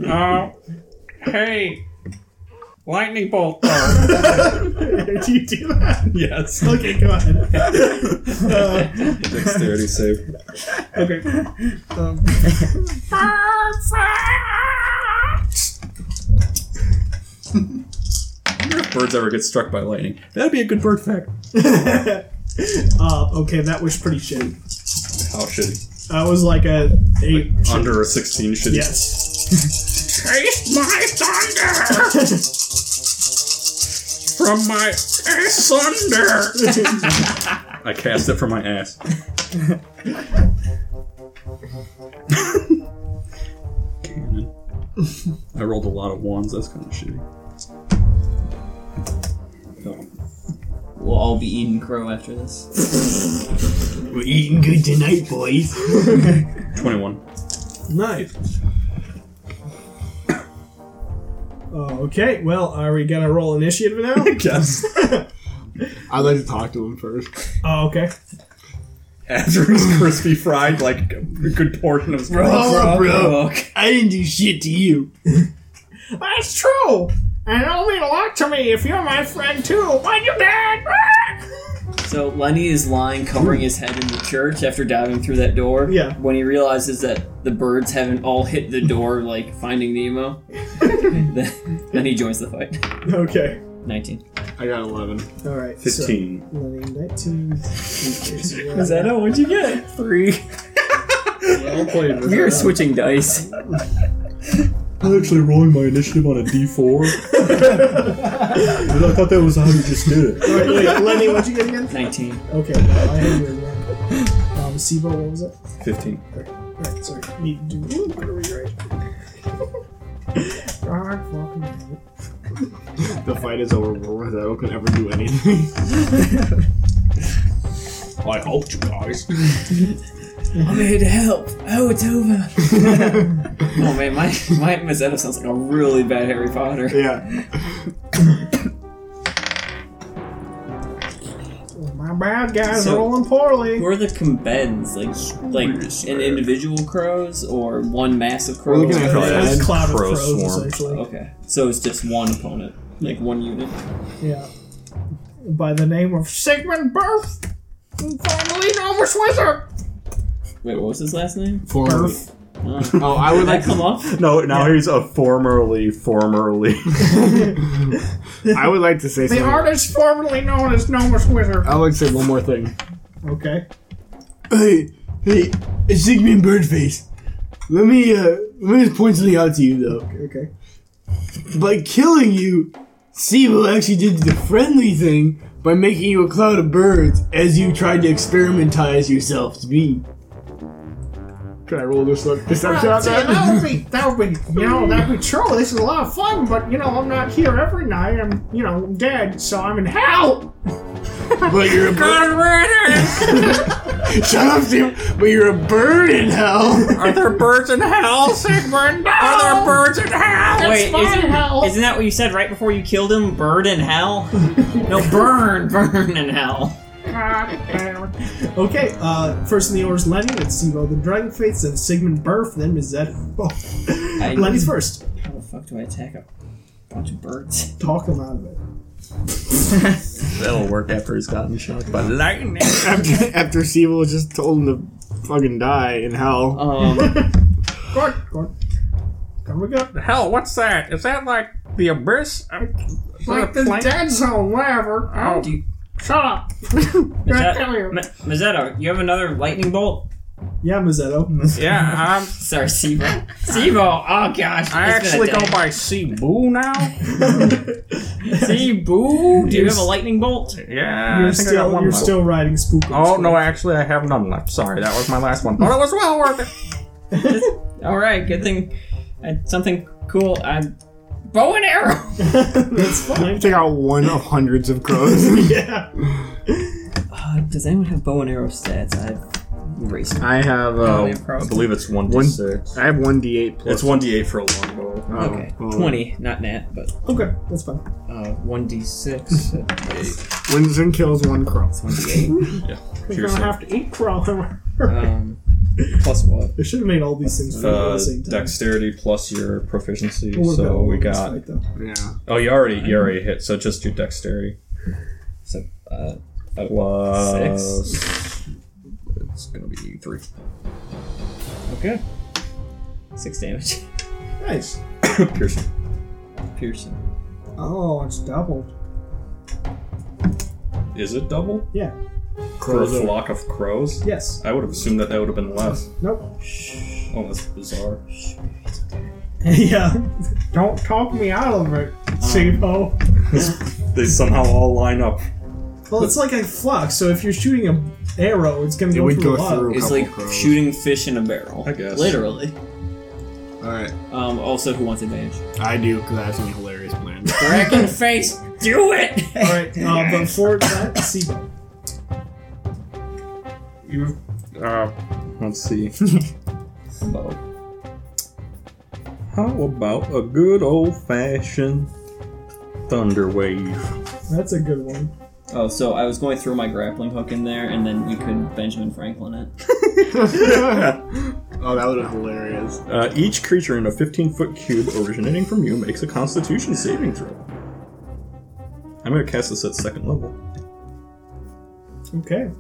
[SPEAKER 7] uh, hey, lightning bolt. Though.
[SPEAKER 4] Do you do that?
[SPEAKER 5] Yes.
[SPEAKER 4] Okay, go ahead. Uh,
[SPEAKER 5] Dexterity save.
[SPEAKER 4] Okay. Um,
[SPEAKER 10] bird facts.
[SPEAKER 5] If birds ever get struck by lightning, that'd be a good bird fact.
[SPEAKER 4] uh, okay, that was pretty shitty.
[SPEAKER 5] How shitty.
[SPEAKER 4] That was like a eight.
[SPEAKER 5] Under a sixteen shitty.
[SPEAKER 4] Yes.
[SPEAKER 7] Taste my thunder from my asunder.
[SPEAKER 5] I cast it from my ass. Cannon. I rolled a lot of ones. That's kind of shitty. No.
[SPEAKER 2] We'll all be eating crow after this.
[SPEAKER 3] We're eating good tonight, boys.
[SPEAKER 5] Twenty-one.
[SPEAKER 4] Nice. Oh, okay, well, are we gonna roll initiative now?
[SPEAKER 5] Yes.
[SPEAKER 8] I'd like to talk to him first.
[SPEAKER 4] oh, okay.
[SPEAKER 5] After he's crispy fried, like a good portion of his
[SPEAKER 3] Oh, bro.
[SPEAKER 5] Oh,
[SPEAKER 3] I didn't do shit to you.
[SPEAKER 10] That's true. And it'll mean a lot to me if you're my friend too. When you dead.
[SPEAKER 2] So Lenny is lying, covering his head in the church after diving through that door.
[SPEAKER 4] Yeah.
[SPEAKER 2] When he realizes that the birds haven't all hit the door, like Finding Nemo, then, then he joins the fight.
[SPEAKER 4] Okay.
[SPEAKER 2] 19.
[SPEAKER 8] I got 11.
[SPEAKER 4] Alright.
[SPEAKER 5] Fifteen.
[SPEAKER 4] So, 11, 19.
[SPEAKER 6] Is that it? What'd you get? Three. We are switching dice.
[SPEAKER 5] I'm actually rolling my initiative on a D4. but I thought that was how you just did it.
[SPEAKER 4] Wait, wait, Lenny, what'd you get again?
[SPEAKER 2] 19.
[SPEAKER 4] Okay, well, I had you in there. Um, SIBO, what was it?
[SPEAKER 5] Fifteen.
[SPEAKER 4] Alright, sorry. Need to do a little bit of rewrite. God fucking damn it.
[SPEAKER 8] The fight is over. Rosario can ever do anything. I helped you guys.
[SPEAKER 2] I'm here to help. Oh, it's over. oh man, my my Mazzetto sounds like a really bad Harry Potter.
[SPEAKER 8] Yeah.
[SPEAKER 4] Oh,
[SPEAKER 10] My bad guys
[SPEAKER 2] So-
[SPEAKER 10] are rolling poorly.
[SPEAKER 2] Who are the combends? Like like an individual crows or one massive
[SPEAKER 8] We're
[SPEAKER 2] crow?
[SPEAKER 8] looking at
[SPEAKER 4] It was
[SPEAKER 8] Fred.
[SPEAKER 4] cloud
[SPEAKER 5] Crow
[SPEAKER 4] of crows,
[SPEAKER 5] swarm. Oh.
[SPEAKER 4] essentially.
[SPEAKER 2] Okay, so it's just one opponent, like one unit.
[SPEAKER 4] Yeah. By the name of
[SPEAKER 10] Sigmund Burf. Finally, Nova Switzer.
[SPEAKER 2] Wait, what was his last name?
[SPEAKER 8] Former.
[SPEAKER 2] Oh,
[SPEAKER 8] Oh, I would
[SPEAKER 2] did
[SPEAKER 8] like
[SPEAKER 2] that come up?
[SPEAKER 5] No, now he's a formerly, formerly.
[SPEAKER 8] I would like to say
[SPEAKER 10] The
[SPEAKER 8] something.
[SPEAKER 10] artist formerly known as Nova Switzer.
[SPEAKER 8] I would like to say one more thing.
[SPEAKER 4] Okay.
[SPEAKER 8] Hey, hey, it's Sigmund Birdface. Let me, uh, let me just point something out to you, though.
[SPEAKER 4] Okay.
[SPEAKER 8] By killing you, Sibo actually did the friendly thing by making you a cloud of birds as you tried to experimentize yourself to be. Can I roll this up? This up shot?
[SPEAKER 10] See, that would be that would be you know that would be true. This is a lot of fun, but you know I'm not here every night. I'm you know I'm dead, so I'm in hell.
[SPEAKER 8] But you're a bird. Shut up, Steve. But you're a bird in hell.
[SPEAKER 7] Are there birds in hell?
[SPEAKER 10] Sigmund, no!
[SPEAKER 7] Are there birds in hell?
[SPEAKER 2] Wait,
[SPEAKER 10] fine, hell.
[SPEAKER 2] isn't, isn't that what you said right before you killed him? Bird in hell? No, burn, burn in hell.
[SPEAKER 10] God damn it.
[SPEAKER 4] Okay, uh, first in the order is Lenny, then Sibo, then Dragonface, then Sigmund Burf, then Mazzetto. Oh.
[SPEAKER 2] I-
[SPEAKER 4] Lenny's first.
[SPEAKER 2] How the fuck do I attack a bunch of birds?
[SPEAKER 4] Talk him out of it.
[SPEAKER 5] That'll work after he's gotten shot by lightning.
[SPEAKER 8] after after Sibo just told him to fucking die in hell.
[SPEAKER 2] Um,
[SPEAKER 4] Guard, guard. There we go.
[SPEAKER 7] Hell, what's that? Is that like the abyss? Uh, is that
[SPEAKER 10] Like
[SPEAKER 7] a
[SPEAKER 10] the
[SPEAKER 7] plane?
[SPEAKER 10] dead zone, whatever.
[SPEAKER 7] Oh,
[SPEAKER 2] do you,
[SPEAKER 10] Shut up. Gonna kill you.
[SPEAKER 2] Ma- Mazzetto, you have another lightning bolt?
[SPEAKER 4] Yeah, Mazzetto.
[SPEAKER 7] yeah. I'm,
[SPEAKER 2] Sorry, Sibo. Sibo!
[SPEAKER 10] Ah,
[SPEAKER 2] Oh gosh.
[SPEAKER 7] I
[SPEAKER 2] it's been a
[SPEAKER 7] actually go
[SPEAKER 2] day.
[SPEAKER 7] by Cebu now.
[SPEAKER 2] Sibo! Do you have a lightning bolt?
[SPEAKER 7] Yeah.
[SPEAKER 4] You're
[SPEAKER 7] I think I got
[SPEAKER 4] still,
[SPEAKER 7] one
[SPEAKER 4] you're
[SPEAKER 7] left.
[SPEAKER 4] still riding spook.
[SPEAKER 7] Oh no, actually, I have none left. Sorry, that was my last one. But it was well worth it.
[SPEAKER 2] Alright, good thing. I, something cool. i bow and arrow!
[SPEAKER 4] That's fine.
[SPEAKER 8] Take out one of hundreds of crows.
[SPEAKER 4] yeah.
[SPEAKER 2] Uh, does anyone have bow and arrow stats? I've erased them.
[SPEAKER 8] I have
[SPEAKER 2] Oh,
[SPEAKER 8] uh,
[SPEAKER 2] you're pro.
[SPEAKER 5] I believe it's one
[SPEAKER 8] One-
[SPEAKER 5] d six.
[SPEAKER 8] I have one d8 plus.
[SPEAKER 5] It's one d eight for a longbow.
[SPEAKER 8] Oh,
[SPEAKER 2] Okay,
[SPEAKER 8] oh.
[SPEAKER 2] 20, not nat, but
[SPEAKER 4] Okay, that's fine.
[SPEAKER 2] uh, 1d6.
[SPEAKER 8] Wins and kills one crow.
[SPEAKER 2] 1d8.
[SPEAKER 10] You're gonna have to eat crawler.
[SPEAKER 2] Um, plus what?
[SPEAKER 4] They should have made all these things fun at
[SPEAKER 5] Uh,
[SPEAKER 4] the same time.
[SPEAKER 5] dexterity plus your proficiency.
[SPEAKER 4] We'll work out
[SPEAKER 5] so
[SPEAKER 4] what
[SPEAKER 5] we
[SPEAKER 4] this
[SPEAKER 5] got.
[SPEAKER 4] fight, though.
[SPEAKER 8] Yeah.
[SPEAKER 5] Oh, you already you already hit. So just your dexterity
[SPEAKER 2] So, uh,
[SPEAKER 5] plus It's gonna be three.
[SPEAKER 2] okay. 6 damage.
[SPEAKER 4] Nice.
[SPEAKER 5] Piercing.
[SPEAKER 2] Piercing.
[SPEAKER 4] Oh, it's doubled.
[SPEAKER 5] Is it double
[SPEAKER 4] Yeah.
[SPEAKER 5] for a flock of crows?
[SPEAKER 4] Yes.
[SPEAKER 5] I would have assumed that that would have been less.
[SPEAKER 4] Nope.
[SPEAKER 5] Oh, that's bizarre.
[SPEAKER 4] yeah.
[SPEAKER 10] Don't
[SPEAKER 5] Um,
[SPEAKER 10] talk me out of it, Sibo.
[SPEAKER 5] They somehow all line up.
[SPEAKER 4] Well, it's like a flux. So if you're shooting an arrow, it's gonna
[SPEAKER 8] It
[SPEAKER 4] go
[SPEAKER 8] would
[SPEAKER 4] through
[SPEAKER 8] go
[SPEAKER 4] a lot.
[SPEAKER 8] through.
[SPEAKER 2] It's
[SPEAKER 8] couple
[SPEAKER 2] like
[SPEAKER 8] crows.
[SPEAKER 2] shooting fish in a barrel.
[SPEAKER 5] I guess.
[SPEAKER 2] Literally.
[SPEAKER 8] Alright,
[SPEAKER 2] Um, also, who wants advantage?
[SPEAKER 8] I do, because I have some hilarious plans. Oh,
[SPEAKER 2] Dragon face, do it!
[SPEAKER 4] All right, uh, but for that, Sibo.
[SPEAKER 5] You. Uh, let's see. so. How about a good old fashioned thunder wave?
[SPEAKER 4] That's a good one.
[SPEAKER 2] Oh, so I was going through my grappling hook in there, and then you could Benjamin Franklin it.
[SPEAKER 8] Oh, that would have been hilarious.
[SPEAKER 5] Uh, each creature in a 15 foot cube originating from you makes a constitution saving throw. I'm going to cast this at second level.
[SPEAKER 4] Okay.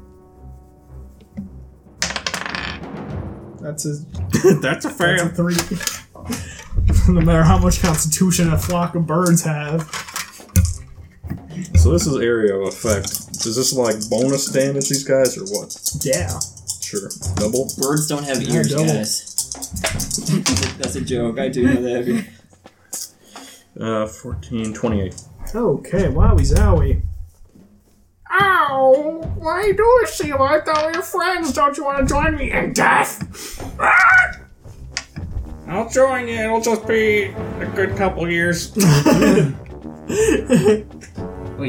[SPEAKER 4] That's a,
[SPEAKER 5] That's
[SPEAKER 4] that's
[SPEAKER 5] a
[SPEAKER 4] a three. no matter how much constitution a flock of birds have.
[SPEAKER 5] So this is area of effect. Is this like bonus damage these guys or what?
[SPEAKER 4] Yeah.
[SPEAKER 5] Sure. Double?
[SPEAKER 2] Birds don't have ears,
[SPEAKER 4] double.
[SPEAKER 2] guys. That's a- That's a joke. I do know that.
[SPEAKER 5] Uh, 14, 28.
[SPEAKER 4] Okay, wowie zowie.
[SPEAKER 10] Ow! What are you doing, Seal? I thought we were friends. Don't you want to join me in death?
[SPEAKER 7] I'll join you. It'll just be a good couple years.
[SPEAKER 2] Wait,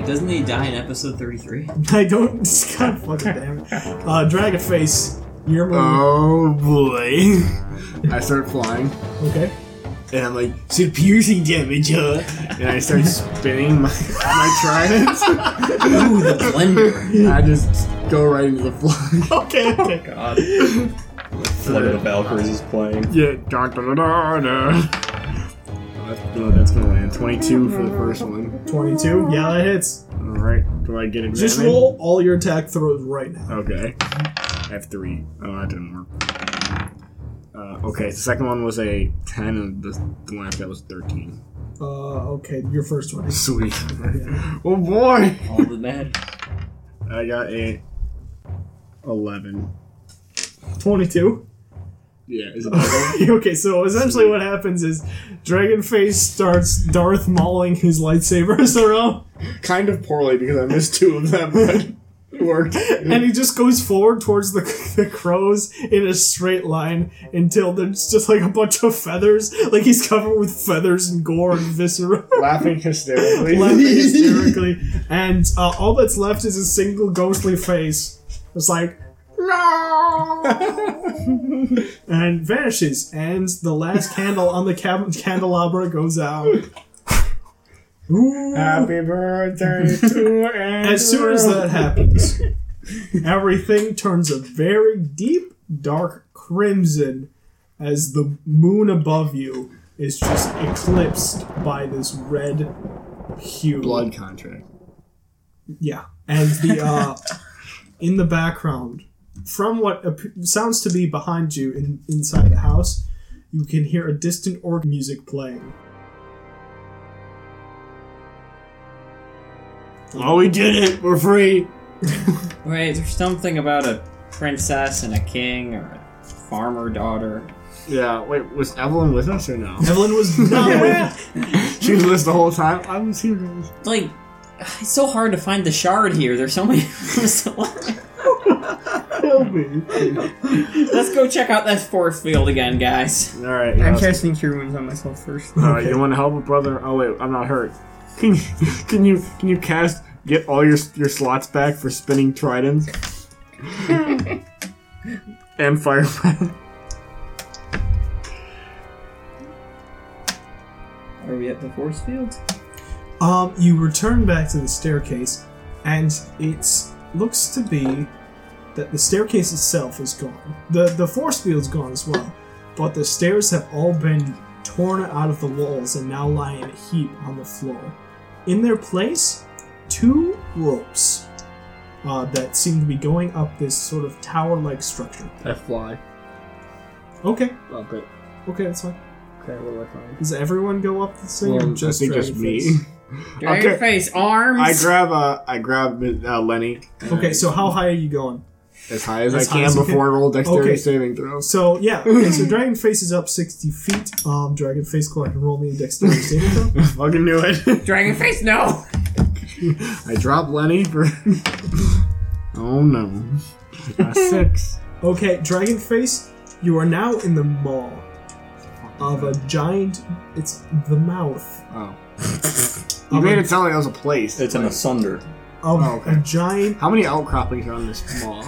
[SPEAKER 2] doesn't he die in episode 33?
[SPEAKER 4] I don't. God fucking damn it. Uh, Dragonface, your move.
[SPEAKER 8] Oh boy. I start flying,
[SPEAKER 4] okay.
[SPEAKER 8] and I'm like, so piercing damage, huh? And I start spinning my, my tridents.
[SPEAKER 2] Ooh, the blender.
[SPEAKER 8] and I just go right into the fly.
[SPEAKER 4] Okay, okay.
[SPEAKER 5] God. Flood of the Valkyries is playing.
[SPEAKER 8] yeah, da da da da da. That's- No, that's gonna land. 22 for the first one.
[SPEAKER 4] 22. Yeah, that hits.
[SPEAKER 8] Alright, do I get advantage?
[SPEAKER 4] Just roll all your attack throws right now.
[SPEAKER 8] Okay. I have three. Oh, that didn't work. Uh, okay, the second one was a 10, and the, the one after that was 13.
[SPEAKER 4] Uh, okay, your first one.
[SPEAKER 8] Sweet. oh boy!
[SPEAKER 2] All the mad.
[SPEAKER 8] I got a 11.
[SPEAKER 4] 22.
[SPEAKER 8] Yeah, is it double?
[SPEAKER 4] okay, so essentially what happens is Dragonface starts Darth mauling his lightsabers around,
[SPEAKER 8] kind of poorly because I missed two of them, but it worked.
[SPEAKER 4] and he just goes forward towards the, the crows in a straight line until there's just like a bunch of feathers. Like he's covered with feathers and gore and viscera.
[SPEAKER 8] Laughing hysterically.
[SPEAKER 4] laughing hysterically. And uh, all that's left is a single ghostly face. It's like, no! and vanishes. And the last candle on the cab- candelabra goes out. Ooh.
[SPEAKER 8] Happy birthday to
[SPEAKER 4] As soon as that happens, everything turns a very deep, dark crimson as the moon above you is just eclipsed by this red hue.
[SPEAKER 8] Blood contract.
[SPEAKER 4] Yeah, and the uh, in the background, from what ap- sounds to be behind you in, inside the house, you can hear a distant organ music playing.
[SPEAKER 8] Oh, we did it! We're free!
[SPEAKER 2] Wait, there's something about a princess and a king or a farmer daughter.
[SPEAKER 8] Yeah, wait, was Evelyn with us or no?
[SPEAKER 4] Evelyn was not with
[SPEAKER 8] she was with us the whole time. I was here, guys.
[SPEAKER 2] Like, it's so hard to find the shard here. There's so many.
[SPEAKER 8] Kill me.
[SPEAKER 2] Let's go check out that force field again, guys.
[SPEAKER 8] Alright,
[SPEAKER 6] I'm
[SPEAKER 8] yeah.
[SPEAKER 6] casting Cure Wounds on myself first.
[SPEAKER 8] Alright, you want to help a brother? Oh, wait, I'm not hurt. Can you, can you, can you cast, get all your, your slots back for spinning tridents? and fire breath.
[SPEAKER 2] Are we at the force field?
[SPEAKER 4] Um, you return back to the staircase, and it looks to be that the staircase itself is gone. the The force field's gone as well, but the stairs have all been torn out of the walls and now lie in a heap on the floor. In their place, two ropes uh, that seem to be going up this sort of tower-like structure.
[SPEAKER 8] I fly.
[SPEAKER 4] Okay,
[SPEAKER 8] Oh, great.
[SPEAKER 4] okay, that's fine.
[SPEAKER 8] Okay, what do I find?
[SPEAKER 4] Does everyone go up the same?
[SPEAKER 8] Well,
[SPEAKER 4] or
[SPEAKER 8] I think just me.
[SPEAKER 4] Dragonface?
[SPEAKER 2] Dragon
[SPEAKER 8] Okay.
[SPEAKER 2] face, arms.
[SPEAKER 8] I grab uh, I grab uh, Lenny. and
[SPEAKER 4] Okay, so how high are you going?
[SPEAKER 8] as high as
[SPEAKER 4] as
[SPEAKER 8] I
[SPEAKER 4] high
[SPEAKER 8] can
[SPEAKER 4] as you
[SPEAKER 8] before I roll dexterity
[SPEAKER 4] Okay.
[SPEAKER 8] saving throws.
[SPEAKER 4] So yeah, okay, so Dragon Face is up sixty feet. Um, Dragon Face, go ahead and roll me a dexterity saving throw.
[SPEAKER 8] Fucking knew it.
[SPEAKER 2] Dragon face, no.
[SPEAKER 8] I drop Lenny for. oh no. A six.
[SPEAKER 4] Okay, Dragonface, you are now in the maw of a giant. It's the mouth
[SPEAKER 8] Oh. You made it sound like that was a place.
[SPEAKER 5] It's an asunder.
[SPEAKER 4] of
[SPEAKER 8] Oh, okay.
[SPEAKER 4] a giant.
[SPEAKER 8] How many outcroppings are on this mall?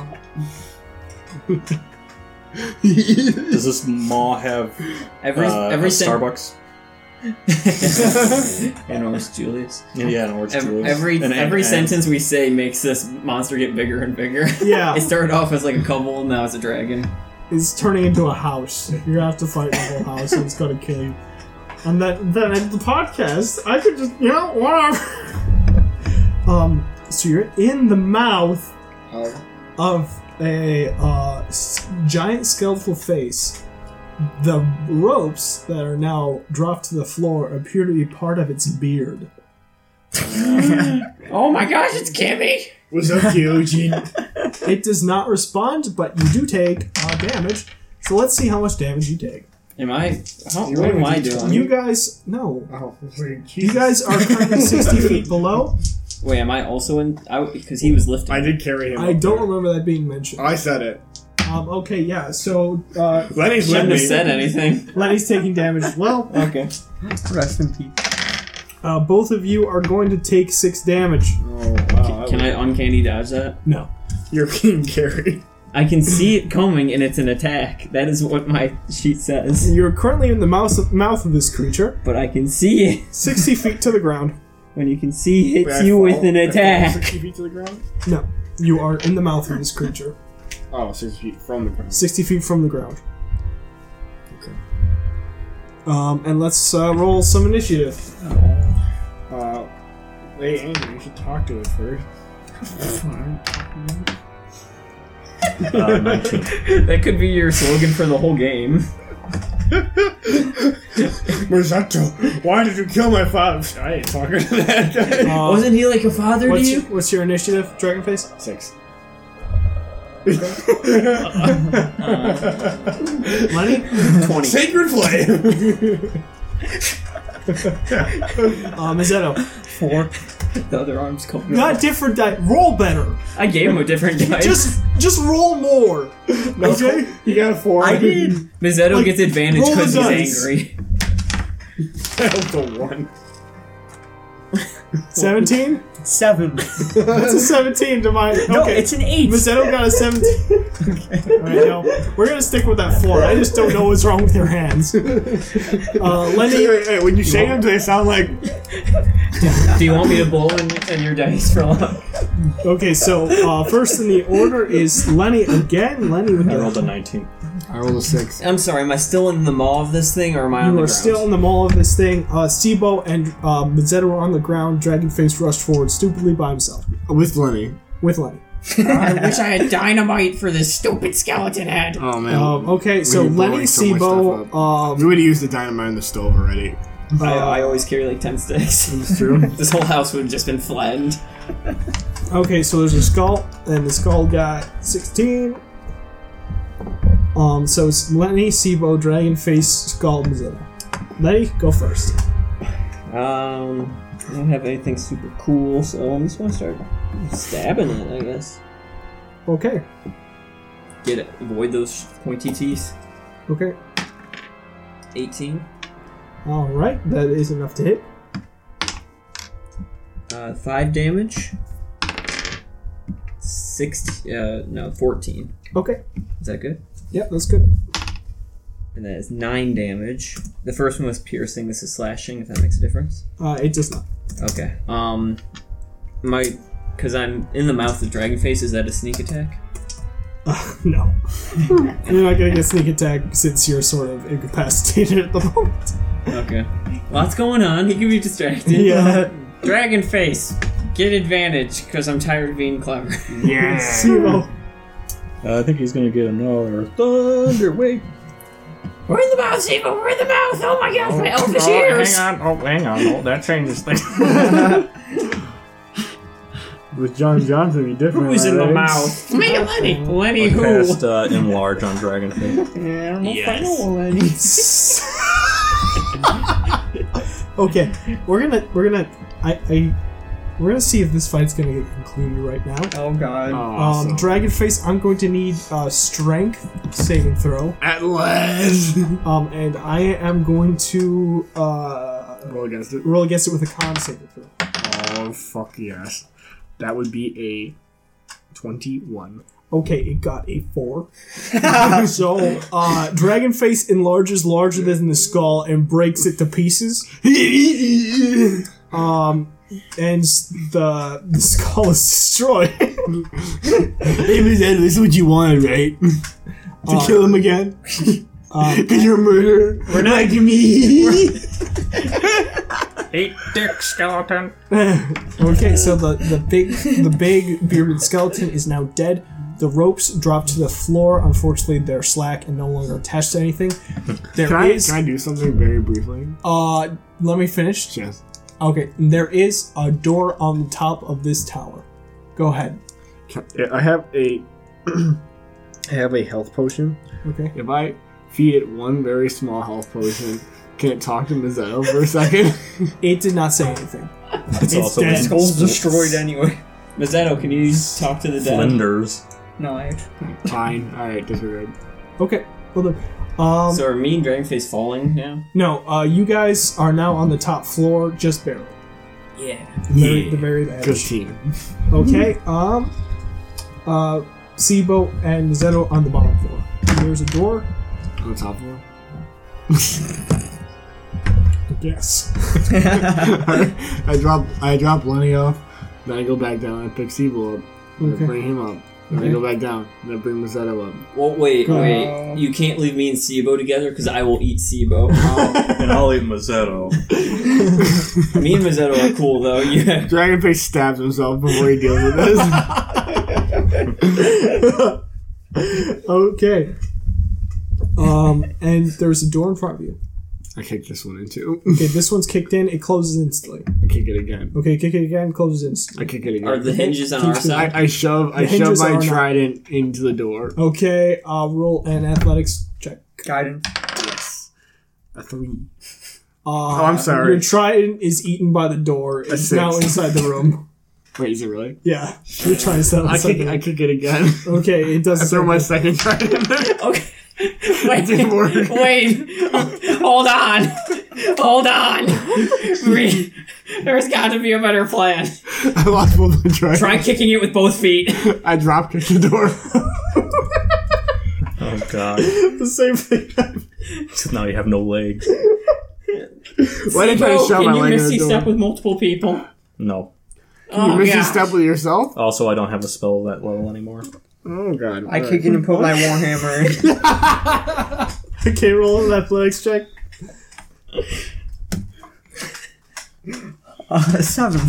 [SPEAKER 5] Does this maw have
[SPEAKER 2] Every
[SPEAKER 5] uh,
[SPEAKER 2] every
[SPEAKER 5] a
[SPEAKER 2] sin-
[SPEAKER 5] Starbucks?
[SPEAKER 2] and almost Julius.
[SPEAKER 5] Yeah, an orange
[SPEAKER 2] Every
[SPEAKER 5] juice.
[SPEAKER 2] every,
[SPEAKER 5] An-
[SPEAKER 2] every
[SPEAKER 5] an-
[SPEAKER 2] sentence we say makes this monster get bigger and bigger.
[SPEAKER 4] Yeah,
[SPEAKER 2] it started off as like a couple, and now it's a dragon.
[SPEAKER 4] is turning into a house. You have to fight the whole house, and it's gonna kill you. And then, then at the podcast, I could just, you know, whatever. um, so you're in the mouth of a uh, s- giant skeletal face. The ropes that are now dropped to the floor appear to be part of its beard.
[SPEAKER 2] Oh my gosh, it's Kimmy!
[SPEAKER 3] What's up, Kyojin?
[SPEAKER 4] It does not respond, but you do take uh, damage. So let's see how much damage you take.
[SPEAKER 2] Am I? How, what am I doing?
[SPEAKER 4] You guys, no,
[SPEAKER 3] oh, weird.
[SPEAKER 4] You guys are currently 60 feet below.
[SPEAKER 2] Wait, am I also in? I Because he was lifting.
[SPEAKER 3] I did carry him.
[SPEAKER 4] I
[SPEAKER 3] up
[SPEAKER 4] don't
[SPEAKER 3] there.
[SPEAKER 4] remember that being mentioned.
[SPEAKER 3] I said it.
[SPEAKER 4] Um, okay, yeah, so uh,
[SPEAKER 3] Lenny's with
[SPEAKER 2] Shouldn't
[SPEAKER 3] me.
[SPEAKER 2] have said anything.
[SPEAKER 4] Lenny's taking damage as well.
[SPEAKER 2] Okay.
[SPEAKER 6] Rest in peace.
[SPEAKER 4] Uh, both of you are going to take 6 damage.
[SPEAKER 3] Oh, wow.
[SPEAKER 2] Can I uncanny dodge that?
[SPEAKER 4] No.
[SPEAKER 3] You're being carried.
[SPEAKER 2] I can see it coming, and it's an attack. That is what my sheet says.
[SPEAKER 4] You're currently in the mouth of, mouth of this creature,
[SPEAKER 2] But I can see it
[SPEAKER 4] 60 feet to the ground.
[SPEAKER 2] when you can see hits
[SPEAKER 3] I
[SPEAKER 2] you
[SPEAKER 3] fall-
[SPEAKER 2] with an
[SPEAKER 3] I fall
[SPEAKER 2] attack.
[SPEAKER 3] 60 feet to the ground?
[SPEAKER 4] No. You are in the mouth of this creature,
[SPEAKER 3] Oh, 60 feet from the ground.
[SPEAKER 4] 60 feet from the ground.
[SPEAKER 3] Okay.
[SPEAKER 4] Um, and let's uh, roll some initiative.
[SPEAKER 3] Uh, hey, Andrew, you should talk to it first.
[SPEAKER 5] Uh, 19.
[SPEAKER 2] that could be your slogan for the whole game.
[SPEAKER 3] Masato, why did you kill my father? I ain't talking to that guy.
[SPEAKER 4] Uh,
[SPEAKER 2] Wasn't he like a father to
[SPEAKER 4] what's,
[SPEAKER 2] you?
[SPEAKER 4] what's your initiative, Dragonface?
[SPEAKER 3] Six.
[SPEAKER 4] Lenny?
[SPEAKER 2] Twenty.
[SPEAKER 3] Sacred flame!
[SPEAKER 4] Uh, Mazzetto.
[SPEAKER 2] Four. The other arm's coming.
[SPEAKER 4] Not different die. Roll better.
[SPEAKER 2] I gave him a different guy.
[SPEAKER 4] Just just roll more. Okay?
[SPEAKER 3] You got a four.
[SPEAKER 2] I did. Mazzetto
[SPEAKER 4] Like,
[SPEAKER 2] gets advantage
[SPEAKER 4] roll the
[SPEAKER 2] because he's
[SPEAKER 4] dice.
[SPEAKER 2] angry.
[SPEAKER 3] That's a one.
[SPEAKER 4] 17?
[SPEAKER 6] Seven.
[SPEAKER 4] That's a 17 to my. Okay.
[SPEAKER 6] No, it's an eight.
[SPEAKER 4] Mazzetto got a 17. Alright, no. We're gonna stick with that 4. I just don't know what's wrong with your hands. Uh,
[SPEAKER 3] Hey,
[SPEAKER 4] Lenny.
[SPEAKER 3] wait, wait, when you say them, do they sound like.
[SPEAKER 2] Do you want me to blow in, in your dice for luck?
[SPEAKER 4] Okay, so uh, first in the order is Lenny again. Lenny with
[SPEAKER 5] I
[SPEAKER 4] the.
[SPEAKER 5] rolled a 19.
[SPEAKER 8] I rolled a six.
[SPEAKER 2] I'm sorry. Am I still in the maw of this thing, or am I on the
[SPEAKER 4] You are
[SPEAKER 2] ground?
[SPEAKER 4] still in the mall of this thing. Uh, Sibo and uh, Mazzetto are on the ground. Dragonface rushed forward stupidly by himself
[SPEAKER 8] With Lenny.
[SPEAKER 4] with Lenny.
[SPEAKER 2] I wish I had dynamite for this stupid skeleton head.
[SPEAKER 8] Oh man.
[SPEAKER 4] Um, okay, so
[SPEAKER 8] We're
[SPEAKER 4] Lenny,
[SPEAKER 8] blowing so much
[SPEAKER 4] Sibo,
[SPEAKER 8] stuff
[SPEAKER 4] um, uh,
[SPEAKER 8] we would have used the dynamite in the stove already.
[SPEAKER 2] I, I always carry like ten sticks.
[SPEAKER 8] It's true.
[SPEAKER 2] this whole house would have just been flattened.
[SPEAKER 4] Okay, so there's a skull, and the skull got 16. Um, so it's Lenny, Sibo, Dragonface, Skull, Mazilla. Lenny, go first.
[SPEAKER 2] Um, I don't have anything super cool, so I'm just gonna start stabbing it. I guess.
[SPEAKER 4] Okay,
[SPEAKER 2] Get it. Avoid those pointy teeth.
[SPEAKER 4] okay.
[SPEAKER 2] Eighteen.
[SPEAKER 4] Alright, that is enough to hit.
[SPEAKER 2] Uh, five damage. Six. Uh, no, fourteen.
[SPEAKER 4] Okay,
[SPEAKER 2] Is that good?
[SPEAKER 4] yep, that's good.
[SPEAKER 2] And that is nine damage. The first one was piercing. This is slashing. If that makes a difference.
[SPEAKER 4] Uh, it does not.
[SPEAKER 2] Okay. Um, my, because I'm in the mouth of Dragonface. Is that a sneak attack?
[SPEAKER 4] Uh, no. you're not gonna get sneak attack since you're sort of incapacitated at the moment.
[SPEAKER 2] Okay. Lots going on. He can be distracted.
[SPEAKER 4] Yeah.
[SPEAKER 2] Dragonface, get advantage because I'm tired of being clever.
[SPEAKER 8] Yeah.
[SPEAKER 4] Sibo.
[SPEAKER 5] Uh, I think he's gonna get another thunder wave.
[SPEAKER 2] We're in the mouth, Sibo. We're in the mouth. Oh my gosh, my elfish ears.
[SPEAKER 3] on, oh, hang on. Oh, that changes things.
[SPEAKER 8] With John Johnson, you different.
[SPEAKER 2] Who's in the
[SPEAKER 8] right?
[SPEAKER 2] mouth? Me, Lenny. Lenny, who?
[SPEAKER 5] Cast uh, enlarge on Dragonfin.
[SPEAKER 4] okay, we're gonna we're gonna I, I We're gonna see if this fight's gonna get concluded right now.
[SPEAKER 6] Oh god.
[SPEAKER 4] Um, Dragonface, I'm going to need uh, strength saving throw,
[SPEAKER 8] At last!
[SPEAKER 4] um, and I am going to uh,
[SPEAKER 8] Roll against it.
[SPEAKER 4] roll against it with a con saving throw.
[SPEAKER 8] Oh, fuck yes. That would be a 21.
[SPEAKER 4] Okay, it got a four. so, uh, Dragonface enlarges larger than the skull and breaks it to pieces. Um, and s- the, the skull is destroyed.
[SPEAKER 8] Hey, Miss Ed, this is what you wanted, right? to
[SPEAKER 4] Uh,
[SPEAKER 8] kill him again?
[SPEAKER 4] Um,
[SPEAKER 8] Because you're a murderer. We're not like me.
[SPEAKER 7] Eat dick, skeleton.
[SPEAKER 4] okay, so the, the big the big bearded skeleton is now dead. The ropes drop to the floor. Unfortunately, they're slack and no longer attached to anything.
[SPEAKER 8] Can
[SPEAKER 4] There
[SPEAKER 8] I,
[SPEAKER 4] is
[SPEAKER 8] can I do something very briefly?
[SPEAKER 4] uh, let me finish.
[SPEAKER 8] Yes.
[SPEAKER 4] Okay, there is a door on the top of this tower. Go ahead.
[SPEAKER 8] Can- I have a. I have a health potion.
[SPEAKER 4] Okay.
[SPEAKER 8] If I feed it one very small health potion, can it talk to Mizzou for a second?
[SPEAKER 4] It did not say anything.
[SPEAKER 5] It's, also
[SPEAKER 4] dead.
[SPEAKER 5] in
[SPEAKER 6] Skull's
[SPEAKER 5] sl-
[SPEAKER 6] destroyed anyway.
[SPEAKER 2] Mazzetto, can you talk to the dead?
[SPEAKER 5] Slenders.
[SPEAKER 6] No, I actually.
[SPEAKER 8] Fine. All right, disregard.
[SPEAKER 4] Okay. Well then, um,
[SPEAKER 2] So are me and Dragonface falling now?
[SPEAKER 4] no. Uh, you guys are now on the top floor, just barely.
[SPEAKER 2] Yeah.
[SPEAKER 4] Very, The very
[SPEAKER 8] Good
[SPEAKER 4] edge.
[SPEAKER 8] team.
[SPEAKER 4] Okay. Um, uh, Sibo and Zeto on the bottom floor. There's a door.
[SPEAKER 8] On top of him.
[SPEAKER 4] Yes.
[SPEAKER 8] I drop I drop Lenny off, then I go back down and I pick Siebel up. and I
[SPEAKER 4] Okay.
[SPEAKER 8] bring him up. Then I go back down. Then I bring Mazzetto up.
[SPEAKER 2] Well, wait,
[SPEAKER 6] Uh.
[SPEAKER 2] wait. You can't leave me and Sibo together because I will eat Sibo. Um,
[SPEAKER 5] and I'll eat Mazzetto.
[SPEAKER 2] me and Mazzetto are cool though. Yeah.
[SPEAKER 8] Dragonface stabs himself before he deals with this.
[SPEAKER 4] Okay. Um, and there's a door in front of you.
[SPEAKER 8] I kick this one in too.
[SPEAKER 4] Okay, this one's kicked in. It closes instantly.
[SPEAKER 8] I kick it again.
[SPEAKER 4] Okay, kick it again. Closes instantly.
[SPEAKER 8] I kick it
[SPEAKER 2] Are
[SPEAKER 8] again.
[SPEAKER 2] the hinges on our side?
[SPEAKER 8] I, I shove I
[SPEAKER 4] The
[SPEAKER 8] shove
[SPEAKER 4] hinges are
[SPEAKER 8] my
[SPEAKER 4] not-
[SPEAKER 8] trident into the door.
[SPEAKER 4] Okay. Uh, roll an athletics check.
[SPEAKER 6] Guidance.
[SPEAKER 8] A three.
[SPEAKER 4] Uh,
[SPEAKER 8] Oh, I'm sorry.
[SPEAKER 4] Your trident is eaten by the door. It's
[SPEAKER 8] six.
[SPEAKER 4] now inside the room.
[SPEAKER 8] Wait, is it really?
[SPEAKER 4] Yeah, your trident's now
[SPEAKER 8] I
[SPEAKER 4] inside
[SPEAKER 8] kick
[SPEAKER 4] the
[SPEAKER 8] I
[SPEAKER 4] room.
[SPEAKER 8] kick it again.
[SPEAKER 4] Okay, it
[SPEAKER 8] I
[SPEAKER 4] doesn't.
[SPEAKER 8] throw my second trident in there.
[SPEAKER 2] Okay. Wait,
[SPEAKER 8] didn't work.
[SPEAKER 2] wait, hold on, hold on. Re- There's got to be a better plan.
[SPEAKER 8] I lost both my tridents.
[SPEAKER 2] Try kicking it with both feet.
[SPEAKER 8] I drop kick the door.
[SPEAKER 5] Oh god.
[SPEAKER 4] the same thing.
[SPEAKER 5] Except now you have no legs.
[SPEAKER 8] Why did I
[SPEAKER 2] Bro,
[SPEAKER 8] shove my
[SPEAKER 2] can you
[SPEAKER 8] leg in
[SPEAKER 2] missy
[SPEAKER 8] the
[SPEAKER 2] step
[SPEAKER 8] door?
[SPEAKER 2] with multiple people?
[SPEAKER 5] No.
[SPEAKER 2] Oh,
[SPEAKER 8] you missed
[SPEAKER 2] God.
[SPEAKER 8] a step with yourself?
[SPEAKER 5] Also, I don't have a spell that level anymore.
[SPEAKER 8] Oh god.
[SPEAKER 6] I kick in and put my warhammer in.
[SPEAKER 4] okay, roll an athletics check.
[SPEAKER 6] Uh, seven.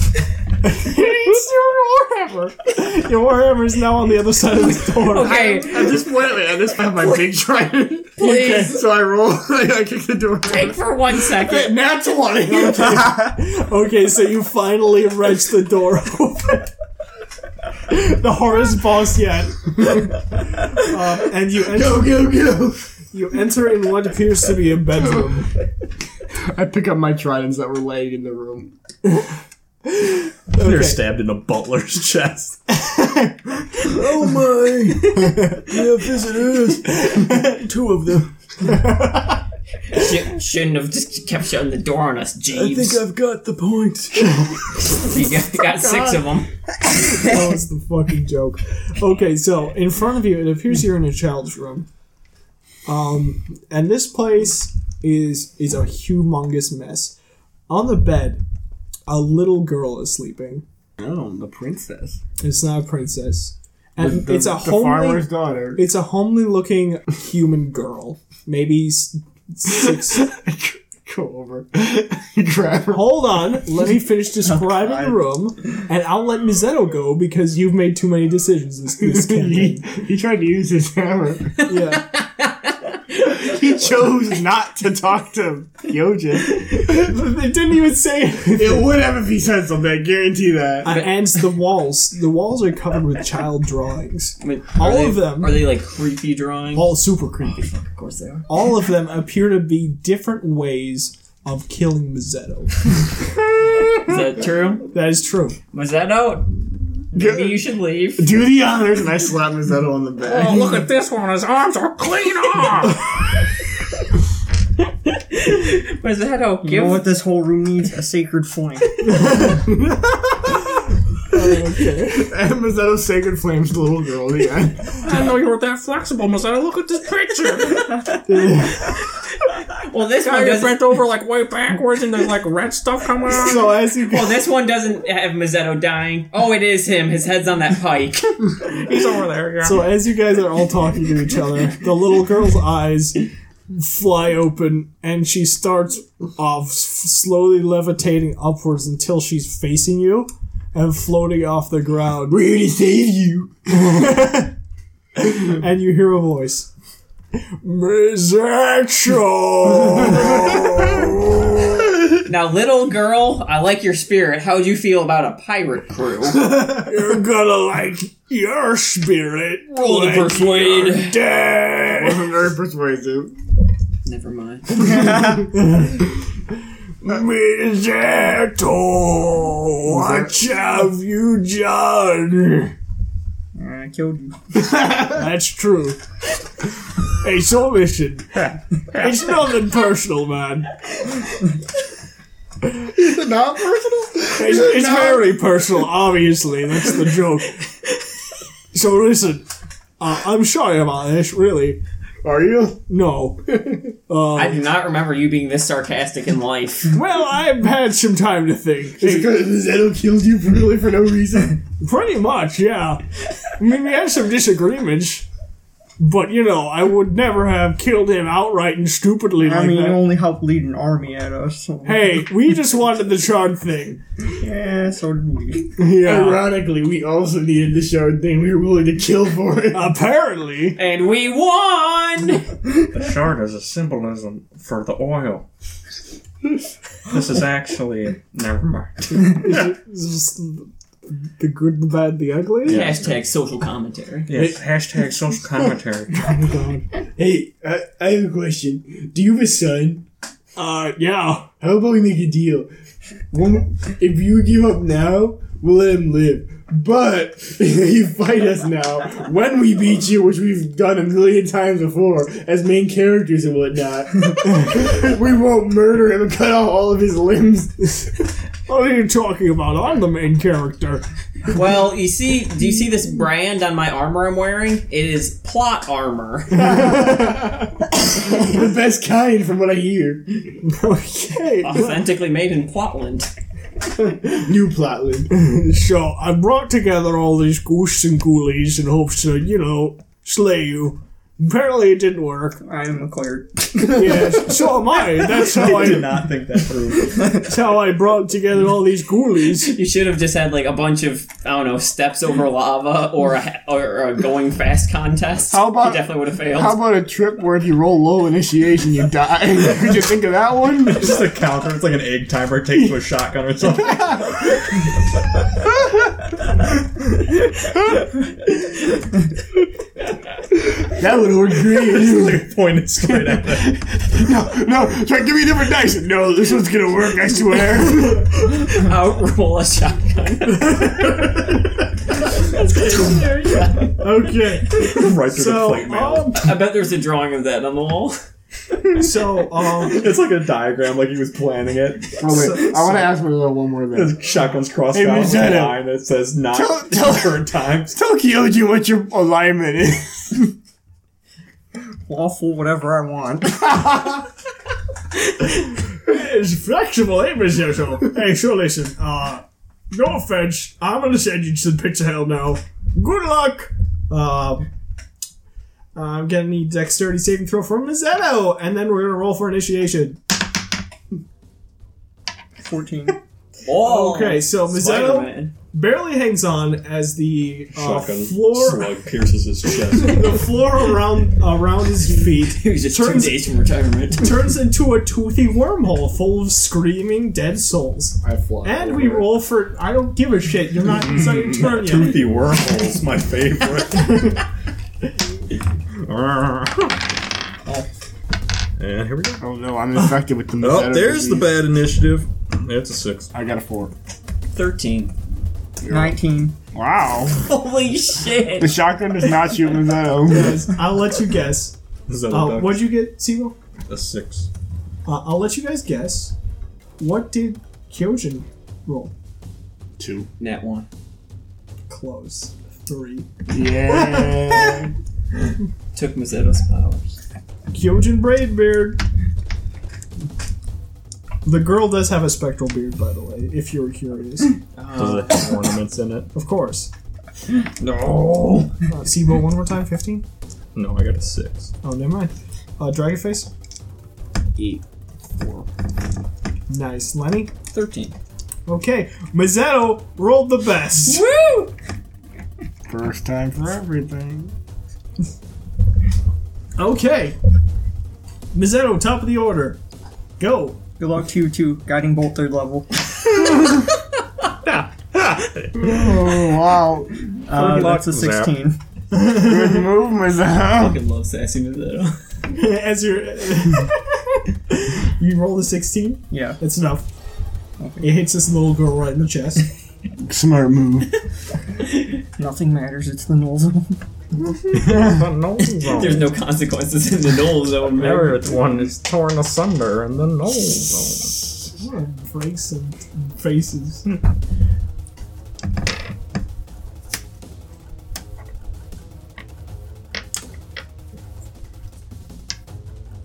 [SPEAKER 4] Your warhammer is now on the other side of the door.
[SPEAKER 2] Okay,
[SPEAKER 8] At this point, I just have my big trident.
[SPEAKER 2] please
[SPEAKER 8] So I roll, I kick the door.
[SPEAKER 2] think for one second.
[SPEAKER 8] That's one.
[SPEAKER 4] Okay, so you finally wrench the door open. the hardest boss yet. Uh, and you enter,
[SPEAKER 8] go, go.
[SPEAKER 4] you enter in what appears to be a bedroom.
[SPEAKER 8] I pick up my tridents that were laying in the room.
[SPEAKER 5] They're
[SPEAKER 4] Okay.
[SPEAKER 5] stabbed in a butler's chest.
[SPEAKER 8] Oh my! yeah, visitors. Two of them.
[SPEAKER 2] Sh- shouldn't have just kept shutting the door on us, Jeeves.
[SPEAKER 8] I've got the point.
[SPEAKER 2] you got, you got six of them.
[SPEAKER 4] That was the fucking joke. Okay, so in front of you, it appears you're in a child's room. Um, and this place is is a humongous mess. On the bed, a little girl is sleeping.
[SPEAKER 8] Oh, the princess.
[SPEAKER 4] It's not a princess, and
[SPEAKER 8] The-
[SPEAKER 4] it's a
[SPEAKER 8] the
[SPEAKER 4] homely.
[SPEAKER 8] farmer's daughter.
[SPEAKER 4] It's a homely looking human girl. Maybe s- six.
[SPEAKER 8] go over, grab her.
[SPEAKER 4] Hold on, let me finish describing the room, and I'll let Mizetto go because you've made too many decisions this, this
[SPEAKER 8] He,
[SPEAKER 4] campaign.
[SPEAKER 8] he tried to use his hammer.
[SPEAKER 4] Yeah.
[SPEAKER 8] He chose not to talk to Yojin.
[SPEAKER 4] It didn't even say anything.
[SPEAKER 8] It would have if he said something. I guarantee that.
[SPEAKER 4] Uh, and the walls. The walls are covered with child drawings.
[SPEAKER 2] I mean,
[SPEAKER 4] All
[SPEAKER 2] are they-
[SPEAKER 4] of them.
[SPEAKER 2] Are they like creepy drawings?
[SPEAKER 4] All super creepy.
[SPEAKER 2] Of course they are.
[SPEAKER 4] All of them appear to be different ways of killing Mazzetto.
[SPEAKER 2] Is that true?
[SPEAKER 4] That is true.
[SPEAKER 2] Was that out? Maybe you should leave.
[SPEAKER 8] Do the honors, and I slap Mazzetto on the back.
[SPEAKER 7] Oh, look at this one. His arms are clean off.
[SPEAKER 2] Was that out?
[SPEAKER 6] You
[SPEAKER 2] Give
[SPEAKER 6] know what this whole room needs? A sacred flame.
[SPEAKER 8] And Mazzetto's sacred flames the little girl again.
[SPEAKER 7] I didn't know you were that flexible, Mazzetto. Look at this picture.
[SPEAKER 2] well, this one
[SPEAKER 7] You're
[SPEAKER 2] doesn't.
[SPEAKER 7] bent over like way backwards, and there's like red stuff coming out.
[SPEAKER 8] So as you
[SPEAKER 2] Well, this one doesn't have Mazzetto dying. Oh, it is him. His head's on that pike.
[SPEAKER 7] He's over there. Yeah.
[SPEAKER 4] So as you guys are all talking to each other, the little girl's eyes fly open and she starts off s- slowly levitating upwards until she's facing you and floating off the ground.
[SPEAKER 8] we're here to save you.
[SPEAKER 4] And you hear a voice. Mizacho!
[SPEAKER 2] now, little girl, I like your spirit. How'd you feel about a pirate crew?
[SPEAKER 4] You're gonna like your spirit.
[SPEAKER 2] Roll to
[SPEAKER 4] like
[SPEAKER 2] persuade.
[SPEAKER 4] your day.
[SPEAKER 8] I'm very persuasive.
[SPEAKER 2] Never mind.
[SPEAKER 4] Mizato, what have you done?
[SPEAKER 6] I killed you.
[SPEAKER 4] That's true. Hey, so listen. It's nothing personal, man.
[SPEAKER 8] Not personal.
[SPEAKER 4] It's, it's very personal, obviously. That's the joke. So listen, uh, I'm sorry about this, really.
[SPEAKER 8] Are you?
[SPEAKER 4] No.
[SPEAKER 2] I do not remember you being this sarcastic in life.
[SPEAKER 4] Well, I've had some time to think.
[SPEAKER 8] Is it because Mazzetto killed you really for no reason?
[SPEAKER 4] Pretty much, yeah. I mean, we had some disagreements, but you know, I would never have killed him outright and stupidly
[SPEAKER 6] I
[SPEAKER 4] like
[SPEAKER 6] mean,
[SPEAKER 4] that.
[SPEAKER 6] you only helped lead an army at us. So.
[SPEAKER 4] Hey, we just wanted the shard thing.
[SPEAKER 6] Yeah, so did we.
[SPEAKER 4] Yeah.
[SPEAKER 8] Ironically, we also needed the shard thing. We were willing to kill for it.
[SPEAKER 4] Apparently.
[SPEAKER 2] And we won!
[SPEAKER 5] The shard is a symbolism for the oil. This is actually never mind.
[SPEAKER 4] Just the good, the bad, the ugly.
[SPEAKER 5] Yeah.
[SPEAKER 2] Hashtag social commentary.
[SPEAKER 5] Yes, hashtag social commentary.
[SPEAKER 8] Hey, I, I have a question. Do you have a son?
[SPEAKER 4] Uh, yeah.
[SPEAKER 8] How about we make a deal? One, if you give up now, we'll let him live. But you fight us now when we beat you, which we've done a million times before as main characters and whatnot. we won't murder him and cut off all of his limbs.
[SPEAKER 4] What are you talking about? I'm the main character.
[SPEAKER 2] Well, you see, do you see this brand on my armor I'm wearing? It is plot armor.
[SPEAKER 8] the best kind, from what I hear.
[SPEAKER 4] okay.
[SPEAKER 2] Authentically made in Plotland.
[SPEAKER 8] New plotline.
[SPEAKER 4] So I brought together all these ghosts and ghoulies in hopes to, you know, slay you. Apparently it didn't work.
[SPEAKER 6] I am a cleric.
[SPEAKER 4] Yes, so am I. That's how
[SPEAKER 5] I did
[SPEAKER 4] I.
[SPEAKER 5] not think that through.
[SPEAKER 4] That's how I brought together all these ghoulies.
[SPEAKER 2] You should have just had like a bunch of I don't know steps over lava or a or a going fast contest.
[SPEAKER 8] How about-
[SPEAKER 2] you definitely would have failed.
[SPEAKER 8] How about a trip where if you roll low initiation, you die? Could you think of that one?
[SPEAKER 5] It's just a counter. It's like an egg timer taken to a shotgun or something.
[SPEAKER 8] That would work great.
[SPEAKER 5] Like pointed straight at it.
[SPEAKER 8] no, no, try give me a different dice. No, this one's gonna work. I swear.
[SPEAKER 2] outroll a shotgun?
[SPEAKER 4] Okay.
[SPEAKER 5] Right through the
[SPEAKER 4] So,
[SPEAKER 5] plate mail.
[SPEAKER 4] um,
[SPEAKER 2] I bet there's a drawing of that on the wall.
[SPEAKER 4] so, um,
[SPEAKER 5] It's like a diagram, like he was planning it.
[SPEAKER 8] Oh, wait, I want to ask Marilla one more thing.
[SPEAKER 5] His shotgun's crossed
[SPEAKER 8] Hey,
[SPEAKER 5] out with a
[SPEAKER 8] Rosanna.
[SPEAKER 5] line that says not
[SPEAKER 8] Tell- tell-
[SPEAKER 5] current times.
[SPEAKER 8] Tell Kyoji what your alignment is.
[SPEAKER 6] Lawful, whatever I want.
[SPEAKER 4] it's flexible, eh, Miss Yoto? Hey, so listen, uh, no offense, I'm gonna send you to the pits of hell now. Good luck! Um, I'm gonna need dexterity saving throw from Mazzetto, and then we're gonna roll for initiation.
[SPEAKER 6] 14.
[SPEAKER 2] Oh,
[SPEAKER 4] Okay, so Mazzetto
[SPEAKER 2] Spider-Man.
[SPEAKER 4] barely hangs on as the uh,
[SPEAKER 5] Shotgun
[SPEAKER 4] floor
[SPEAKER 5] slug pierces his chest.
[SPEAKER 4] the floor around around his feet
[SPEAKER 2] He was just two
[SPEAKER 4] Turns-
[SPEAKER 2] days from retirement.
[SPEAKER 4] turns into a toothy wormhole full of screaming dead souls.
[SPEAKER 8] I fly.
[SPEAKER 4] And we roll for. I don't give a shit. You're not. It's not your turn yet.
[SPEAKER 5] Toothy wormhole's my favorite. and here we go.
[SPEAKER 8] Oh no, I'm infected with the.
[SPEAKER 5] Oh, there's the bad initiative. Yeah, it's a six.
[SPEAKER 8] I got a four.
[SPEAKER 6] 13. 19.
[SPEAKER 8] Wow.
[SPEAKER 2] Holy
[SPEAKER 8] The
[SPEAKER 2] shit!
[SPEAKER 8] shotgun does not shoot with that own.
[SPEAKER 4] Guys, I'll let you guess.
[SPEAKER 5] Is that
[SPEAKER 4] Uh,
[SPEAKER 5] a, duck?
[SPEAKER 4] what'd you get, Sebo?
[SPEAKER 5] a six?
[SPEAKER 4] Uh, I'll let you guys guess. What did Kyojin roll?
[SPEAKER 8] Two.
[SPEAKER 2] Net one.
[SPEAKER 4] Close. Three.
[SPEAKER 8] Yeah.
[SPEAKER 2] Took Mazzetta's powers.
[SPEAKER 4] Kyojin braid beard. The girl does have a spectral beard, by the way, if you were curious.
[SPEAKER 5] Does it have ornaments in it?
[SPEAKER 4] Of course.
[SPEAKER 5] No.
[SPEAKER 4] Uh, Sibo, one more time, 15?
[SPEAKER 5] No, I got a six.
[SPEAKER 4] Oh, never mind. Uh, Dragon Face?
[SPEAKER 8] Eight.
[SPEAKER 4] Nice. Lenny?
[SPEAKER 6] 13.
[SPEAKER 4] Okay. Mazzetto rolled the best.
[SPEAKER 6] Woo!
[SPEAKER 8] First time for everything.
[SPEAKER 4] Okay. Mazzetto, top of the order. Go.
[SPEAKER 6] Good luck to you too. Guiding bolt third level.
[SPEAKER 8] Oh, wow.
[SPEAKER 6] Uh, that's a
[SPEAKER 5] Zap.
[SPEAKER 6] 16.
[SPEAKER 8] Good move, Mazal.
[SPEAKER 6] Fucking love sassy Mazzetto.
[SPEAKER 4] As you're. you roll a 16?
[SPEAKER 6] Yeah.
[SPEAKER 4] That's enough. It hits this little girl right in the chest.
[SPEAKER 8] Smart move.
[SPEAKER 6] Nothing matters. It's the null zone.
[SPEAKER 5] no.
[SPEAKER 2] There's no consequences in the null zone, man.
[SPEAKER 5] Every one is torn asunder in the no zone.
[SPEAKER 4] Breaks and faces.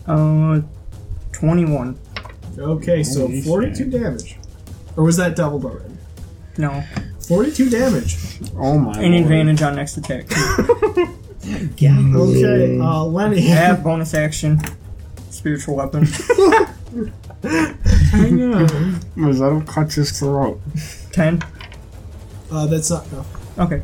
[SPEAKER 6] Uh, 21.
[SPEAKER 4] Okay, so 42 damage. Or was that doubled already?
[SPEAKER 6] No.
[SPEAKER 4] 42 damage.
[SPEAKER 8] Oh, my
[SPEAKER 6] An
[SPEAKER 8] lord.
[SPEAKER 6] advantage on next attack.
[SPEAKER 4] Okay, uh, Lenny.
[SPEAKER 6] Have bonus action. Spiritual weapon.
[SPEAKER 8] I know. Mazal cuts his throat.
[SPEAKER 6] 10.
[SPEAKER 4] Uh, that's not enough.
[SPEAKER 6] Okay.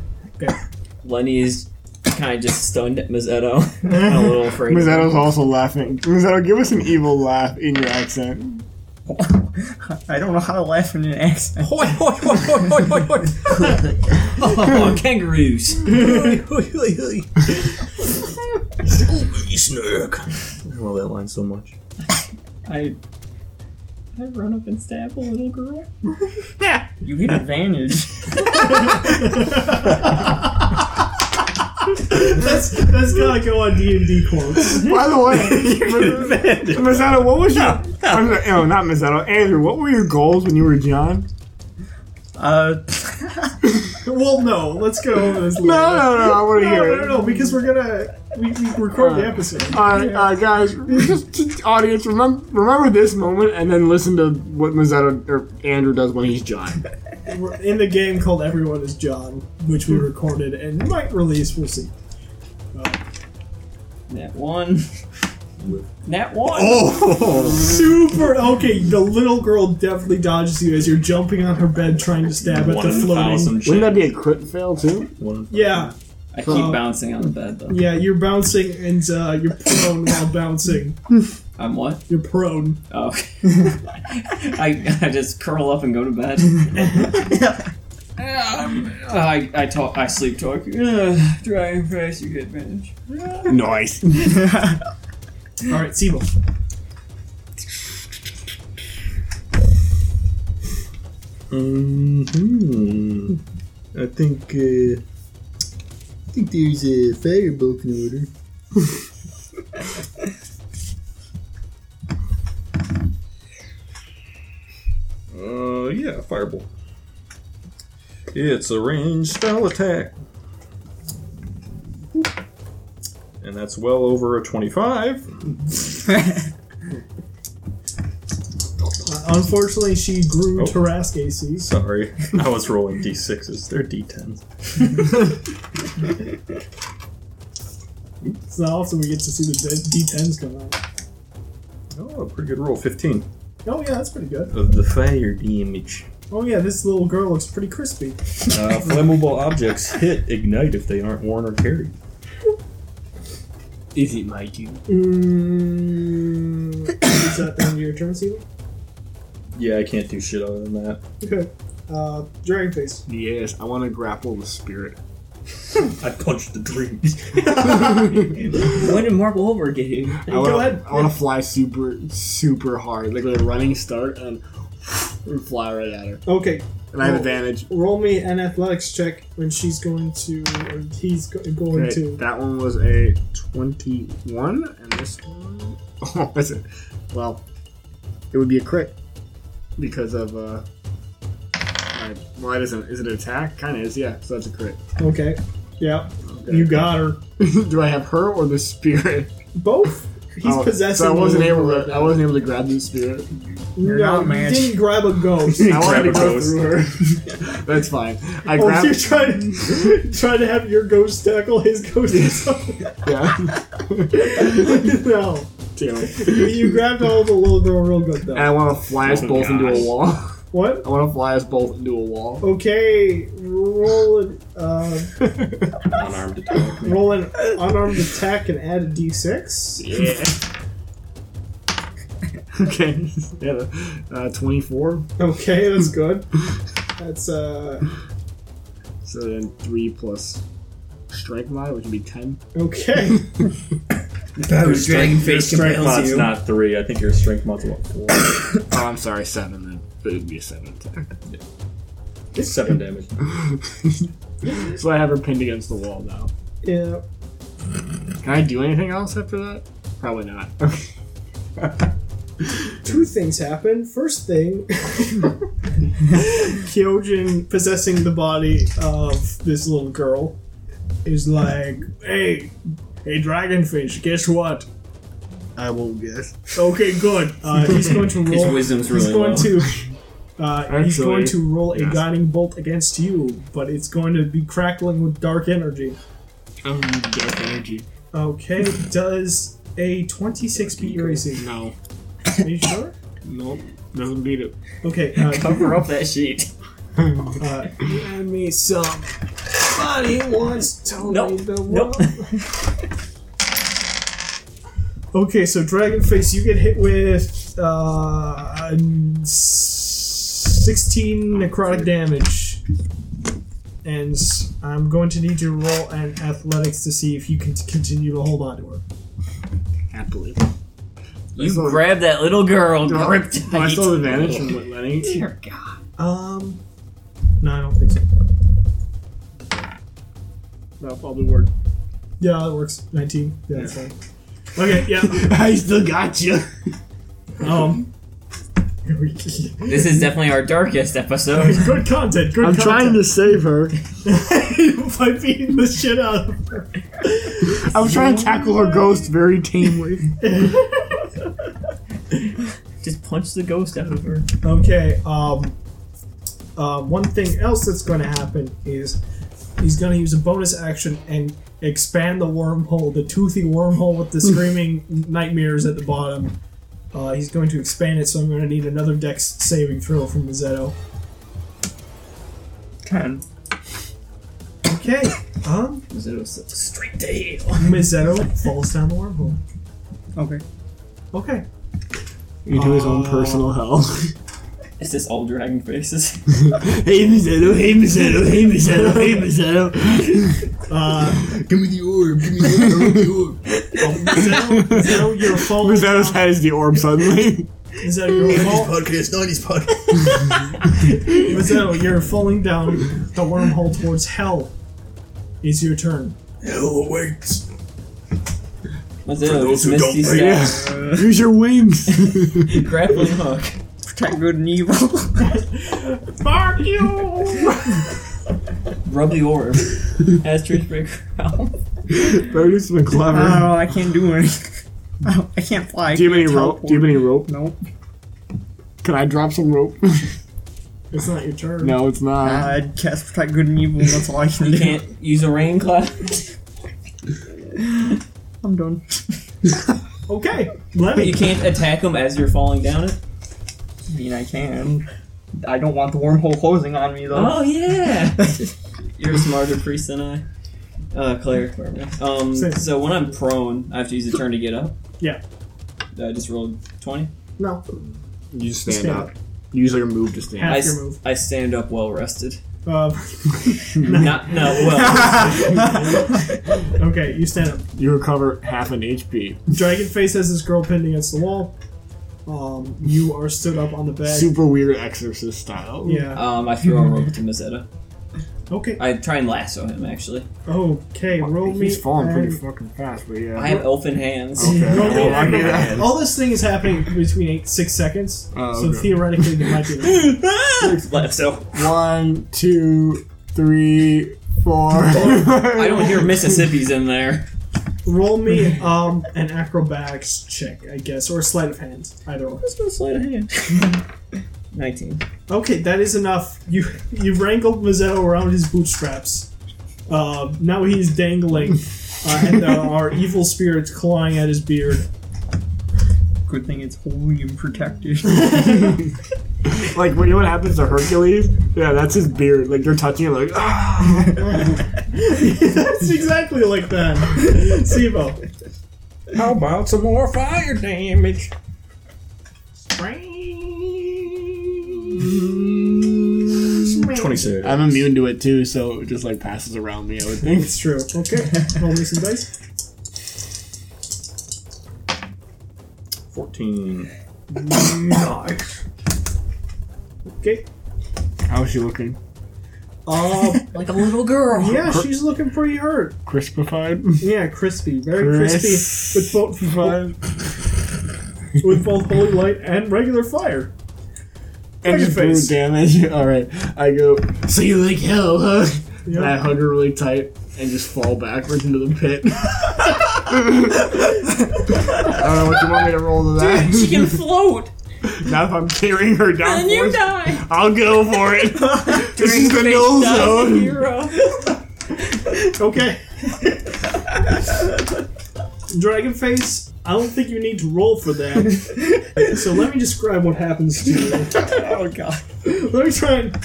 [SPEAKER 2] Lenny is kind of just stunned at Mazzetto. a little afraid. of him.
[SPEAKER 8] Mazzetto's also laughing. Mazzetto, give us an evil laugh in your accent.
[SPEAKER 6] I don't know how to laugh in an accent.
[SPEAKER 2] Hoi, hoi, hoi, hoi, hoi, hoi, hoi. oh, kangaroos.
[SPEAKER 5] I love that line so much.
[SPEAKER 2] I, I run up and stab a little girl.
[SPEAKER 6] You get advantage.
[SPEAKER 4] That's that's gotta go on D and D quotes.
[SPEAKER 8] By the way, Mazzetto, what was your. I'm sorry, no, not Mazzetto. Andrew, what were your goals when you were John?
[SPEAKER 6] Uh,
[SPEAKER 4] Well, no, let's go over this later.
[SPEAKER 8] No, no, no, Uh. I want to
[SPEAKER 4] no,
[SPEAKER 8] hear
[SPEAKER 4] no,
[SPEAKER 8] it.
[SPEAKER 4] no, because we're gonna we, we record the episode. Uh,
[SPEAKER 8] Alright, alright, guys, just, just audience, remember, remember this moment and then listen to what Mazzetto or Andrew does when he's John.
[SPEAKER 4] We're in the game called Everyone Is John, which we recorded and might release. We'll see.
[SPEAKER 2] That one. That one.
[SPEAKER 4] Oh.
[SPEAKER 8] Oh,
[SPEAKER 4] Super. Okay, the little girl definitely dodges you as you're jumping on her bed trying to stab at
[SPEAKER 5] One
[SPEAKER 4] the
[SPEAKER 5] in
[SPEAKER 4] floating.
[SPEAKER 5] thousand
[SPEAKER 8] Wouldn't
[SPEAKER 5] shit.
[SPEAKER 8] that be a crit fail, too?
[SPEAKER 5] One in
[SPEAKER 4] Yeah,
[SPEAKER 2] I keep bouncing on the bed though.
[SPEAKER 4] yeah, you're bouncing and uh, you're prone while bouncing.
[SPEAKER 2] I'm what?
[SPEAKER 4] You're prone.
[SPEAKER 2] Oh. okay. I, I just curl up and go to bed. Um, I I talk I sleep talk. Ugh, Dragon face, you get advantage.
[SPEAKER 8] Nice.
[SPEAKER 4] All right, Sibo.
[SPEAKER 5] hmm I think uh, I think there's a firebolt in order. uh, yeah, firebolt. It's a ranged spell attack, and that's well over a twenty-five.
[SPEAKER 4] Uh, unfortunately, she grew
[SPEAKER 5] Oh.
[SPEAKER 4] Tarask AC.
[SPEAKER 5] Sorry, I was rolling d6s. They're d10s.
[SPEAKER 4] It's not often we get to see the d- D10s come out.
[SPEAKER 5] Oh, a pretty good roll. Fifteen
[SPEAKER 4] Oh yeah, that's pretty good.
[SPEAKER 5] of the fire damage.
[SPEAKER 4] Oh yeah, this little girl looks pretty crispy.
[SPEAKER 5] Uh, flammable objects hit ignite if they aren't worn or carried.
[SPEAKER 11] Is it my dude?
[SPEAKER 4] Mm. Is that on your turn, Seal?
[SPEAKER 5] Yeah, I can't do shit other than that.
[SPEAKER 4] Okay. Uh, Dragon Face.
[SPEAKER 8] Yes, I want to grapple the spirit.
[SPEAKER 5] I punched the dream.
[SPEAKER 2] When did Mark Wahlberg get here?
[SPEAKER 8] I wanna,
[SPEAKER 4] Go ahead.
[SPEAKER 8] I want to fly super, super hard, like with a running start, and and fly right at her.
[SPEAKER 4] Okay.
[SPEAKER 8] And I have
[SPEAKER 4] Roll-
[SPEAKER 8] advantage.
[SPEAKER 4] Roll me an athletics check when she's going to, or he's go- going
[SPEAKER 8] Okay,
[SPEAKER 4] to.
[SPEAKER 8] that one was a 21, and this one. Oh, is it? Well, it would be a crit because of. uh my, Well, that isn't. Is it an attack? Kind of is, yeah. So that's a crit.
[SPEAKER 4] Okay. Yeah. You got her.
[SPEAKER 8] Do I have her or the spirit?
[SPEAKER 4] Both. He's
[SPEAKER 8] Oh,
[SPEAKER 4] possessing.
[SPEAKER 8] So I wasn't
[SPEAKER 4] you.
[SPEAKER 8] able. To, I wasn't able to grab the spirit.
[SPEAKER 4] No, you didn't grab a ghost.
[SPEAKER 8] I wanted to go through her. That's fine. I
[SPEAKER 4] oh, you're
[SPEAKER 8] grabbed.
[SPEAKER 4] trying to, trying to have your ghost tackle his ghost or something.
[SPEAKER 8] Yeah.
[SPEAKER 4] no.
[SPEAKER 8] Damn it.
[SPEAKER 4] You, you grabbed all the little girl real good, though.
[SPEAKER 8] And I want to fly us
[SPEAKER 5] Oh,
[SPEAKER 8] both into
[SPEAKER 5] gosh.
[SPEAKER 8] a wall.
[SPEAKER 4] What?
[SPEAKER 8] I want to fly us both into a wall.
[SPEAKER 4] Okay, roll an, uh,
[SPEAKER 2] Unarmed attack.
[SPEAKER 4] roll an unarmed attack and add a d6.
[SPEAKER 8] Yeah. okay. Yeah. Uh, 24.
[SPEAKER 4] Okay, that's good. That's uh
[SPEAKER 8] So then 3 plus strike mod, which would be 10.
[SPEAKER 4] okay.
[SPEAKER 2] Your
[SPEAKER 5] was
[SPEAKER 2] dragon
[SPEAKER 5] Your
[SPEAKER 2] face
[SPEAKER 5] strength
[SPEAKER 2] compels
[SPEAKER 5] mod's
[SPEAKER 2] you.
[SPEAKER 5] not three. I think your strength mod's about four.
[SPEAKER 8] Oh, I'm sorry, 7 then. But it would be a 7 attack.
[SPEAKER 5] Seven damage.
[SPEAKER 8] so I have her pinned against the wall now.
[SPEAKER 4] Yeah.
[SPEAKER 8] Can I do anything else after that? Probably not. Okay.
[SPEAKER 4] Two things happen. First thing, Kyojin possessing the body of this little girl is like, hey, hey, dragonfish, guess what?
[SPEAKER 8] I won't guess.
[SPEAKER 4] Okay, good. Uh, he's going to roll.
[SPEAKER 2] His wisdom's
[SPEAKER 4] he's
[SPEAKER 2] really
[SPEAKER 4] going
[SPEAKER 2] low.
[SPEAKER 4] to. Uh, he's
[SPEAKER 8] Actually,
[SPEAKER 4] going to roll a
[SPEAKER 8] yes.
[SPEAKER 4] guiding bolt against you, but it's going to be crackling with dark energy.
[SPEAKER 8] Oh, you dark energy.
[SPEAKER 4] Okay, does a 26 beat your AC?
[SPEAKER 8] No.
[SPEAKER 4] Are you sure?
[SPEAKER 8] Nope. Doesn't beat it.
[SPEAKER 4] Okay, uh,
[SPEAKER 2] Cover up that sheet.
[SPEAKER 4] uh, give me some. Somebody wants Tony
[SPEAKER 2] Nope,
[SPEAKER 4] the
[SPEAKER 2] nope.
[SPEAKER 4] Okay, so Dragonface, you get hit with uh, n- s- 16 necrotic damage. And s- I'm going to need you to roll an athletics to see if you can t- continue to hold on to her.
[SPEAKER 8] Happily.
[SPEAKER 2] You grab that little girl,
[SPEAKER 8] Do I-
[SPEAKER 2] grip
[SPEAKER 8] Do I still
[SPEAKER 2] tight.
[SPEAKER 8] have advantage from what Lenny?
[SPEAKER 2] Dear God.
[SPEAKER 4] Um, no, I don't think so.
[SPEAKER 8] That'll probably work.
[SPEAKER 4] Yeah, that works. 19. Yeah, that's fine. Okay, yeah.
[SPEAKER 8] I still got you.
[SPEAKER 4] Um,
[SPEAKER 2] This is definitely our darkest episode.
[SPEAKER 4] good content, good
[SPEAKER 8] I'm
[SPEAKER 4] content.
[SPEAKER 8] trying to save her.
[SPEAKER 4] by beating the shit out of her.
[SPEAKER 8] I'm trying to tackle her ghost very tamely.
[SPEAKER 2] Just punch the ghost out of her.
[SPEAKER 4] Okay. Um, uh, one thing else that's going to happen is he's going to use a bonus action and expand the wormhole, the toothy wormhole with the screaming nightmares at the bottom. Uh, he's going to expand it, so I'm going to need another dex saving throw from Mazzetto.
[SPEAKER 6] Ten.
[SPEAKER 4] Okay. Um,
[SPEAKER 2] Straight to heel.
[SPEAKER 4] Mazzetto falls down the wormhole.
[SPEAKER 6] Okay.
[SPEAKER 4] Okay.
[SPEAKER 8] Into his own personal hell.
[SPEAKER 2] Is this all dragon faces?
[SPEAKER 8] hey, Mizetto, hey, Mizetto, hey, Mizetto, hey, Mizetto.
[SPEAKER 4] Uh,
[SPEAKER 8] Give me the orb, give me the orb, give me
[SPEAKER 4] Mazzetto, Mazzetto, you're falling.
[SPEAKER 8] Mizetto's head is the orb suddenly.
[SPEAKER 4] Mazzetto, you're falling.
[SPEAKER 12] Podcast, 90s podcast.
[SPEAKER 4] Mazzetto, you're falling down the wormhole towards hell. It's your turn.
[SPEAKER 12] Hell awaits.
[SPEAKER 2] What's
[SPEAKER 12] For those who don't
[SPEAKER 2] Misty
[SPEAKER 12] think.
[SPEAKER 2] Step.
[SPEAKER 8] Use your wings.
[SPEAKER 2] Grappling hook. Protect good and evil.
[SPEAKER 13] Mark you!
[SPEAKER 2] Rub the orb. As truth breaker.
[SPEAKER 8] Brody's been clever.
[SPEAKER 6] I don't know. I can't do anything. I, don't- Oh, I can't fly.
[SPEAKER 8] do you have any rope? Do you have any rope?
[SPEAKER 6] Nope.
[SPEAKER 8] Can I drop some rope?
[SPEAKER 4] It's not your turn.
[SPEAKER 8] no, it's not.
[SPEAKER 6] I cast protect good and evil. and That's all I can
[SPEAKER 2] You
[SPEAKER 6] do.
[SPEAKER 2] can't use a rain cloud.
[SPEAKER 6] I'm done.
[SPEAKER 4] Okay.
[SPEAKER 2] But you
[SPEAKER 4] Lenny.
[SPEAKER 2] can't attack them as you're falling down it.
[SPEAKER 6] I mean, I can. I don't want the wormhole closing on me though.
[SPEAKER 2] Oh yeah. You're a smarter priest than I. Uh, Claire. Um,
[SPEAKER 4] Same.
[SPEAKER 2] so when I'm prone, I have to use a turn to get up.
[SPEAKER 4] Yeah.
[SPEAKER 2] I just rolled twenty.
[SPEAKER 4] No.
[SPEAKER 8] You just stand,
[SPEAKER 4] Stand
[SPEAKER 8] up. You use like your move to stand.
[SPEAKER 2] I,
[SPEAKER 4] Half
[SPEAKER 2] s-
[SPEAKER 4] your move.
[SPEAKER 2] I stand up well rested.
[SPEAKER 4] Um,
[SPEAKER 2] Not no well.
[SPEAKER 4] okay, you stand up.
[SPEAKER 8] You recover half an HP.
[SPEAKER 4] Dragonface has this girl pinned against the wall. Um, you are stood up on the bed.
[SPEAKER 8] Super weird exorcist style.
[SPEAKER 4] Yeah.
[SPEAKER 2] Um, I throw a rope to Mazetta.
[SPEAKER 4] Okay.
[SPEAKER 2] I try and lasso him, actually.
[SPEAKER 4] Okay, roll me.
[SPEAKER 8] He's falling pretty
[SPEAKER 4] and-
[SPEAKER 8] fucking fast, but yeah.
[SPEAKER 2] I have elfin hands.
[SPEAKER 8] Okay.
[SPEAKER 4] Roll me
[SPEAKER 8] Oh, I
[SPEAKER 4] and-
[SPEAKER 8] knew that.
[SPEAKER 4] All this thing is happening between eight six seconds,
[SPEAKER 8] Oh,
[SPEAKER 4] so
[SPEAKER 8] okay.
[SPEAKER 4] theoretically there might be. Oh.
[SPEAKER 2] lasso.
[SPEAKER 8] One, two, three, four.
[SPEAKER 2] I don't hear Mississippi's in there.
[SPEAKER 4] Roll me um an acrobatics check, I guess, or a sleight of hand, either one.
[SPEAKER 2] Just gonna slide a hand. 19.
[SPEAKER 4] Okay, that is enough. You you wrangled Mazzetto around his bootstraps. Uh, now he's dangling, uh, and there are evil spirits clawing at his beard.
[SPEAKER 6] Good thing it's holy and protected.
[SPEAKER 8] like, when you know what happens to Hercules? Yeah, that's his beard. Like, you're touching it, like, "Ah!"
[SPEAKER 4] That's exactly like that, Sibo.
[SPEAKER 7] How about some more fire damage?
[SPEAKER 5] Twenty-six.
[SPEAKER 8] I'm immune to it too, so it just, like, passes around me, I would think.
[SPEAKER 4] It's true. Okay, roll me some dice.
[SPEAKER 5] Fourteen.
[SPEAKER 4] Nice. Okay.
[SPEAKER 8] How's she looking?
[SPEAKER 4] Uh,
[SPEAKER 2] Like a little girl.
[SPEAKER 4] yeah, she's looking pretty hurt.
[SPEAKER 8] Crispified?
[SPEAKER 4] Yeah, crispy, very crispy, with both with both holy light and regular fire.
[SPEAKER 8] And just
[SPEAKER 4] Face.
[SPEAKER 8] brutal damage. Alright, I go, so you like hell, huh?
[SPEAKER 4] Yeah.
[SPEAKER 8] And I hug her really tight and just fall backwards into the pit. I don't know what you want me to roll to that.
[SPEAKER 2] She can float,
[SPEAKER 8] Not if I'm carrying her down.
[SPEAKER 2] and you
[SPEAKER 8] force.
[SPEAKER 2] die.
[SPEAKER 8] I'll go for it. this is the
[SPEAKER 2] Drink
[SPEAKER 8] null
[SPEAKER 2] does
[SPEAKER 8] zone.
[SPEAKER 2] hero.
[SPEAKER 4] Okay. Dragon face. I don't think you need to roll for that. so let me describe what happens to you.
[SPEAKER 2] Oh god.
[SPEAKER 4] Let me try and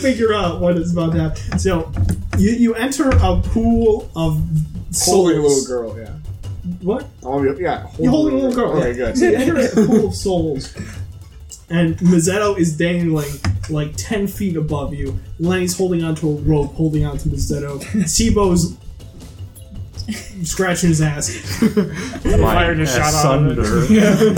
[SPEAKER 4] figure out what is about to happen. So, you, you enter a pool of souls.
[SPEAKER 8] Holy little girl, yeah.
[SPEAKER 4] What?
[SPEAKER 8] Oh, yeah. Holy
[SPEAKER 4] You're holding a little girl.
[SPEAKER 8] Okay,
[SPEAKER 4] yeah.
[SPEAKER 8] good.
[SPEAKER 4] So you enter a pool of souls, and Mazzetto is dangling like 10 feet above you. Lenny's holding onto a rope, holding onto Mazzetto. Sibo's scratching his ass.
[SPEAKER 8] Fire just shot out of it.
[SPEAKER 5] Asunder.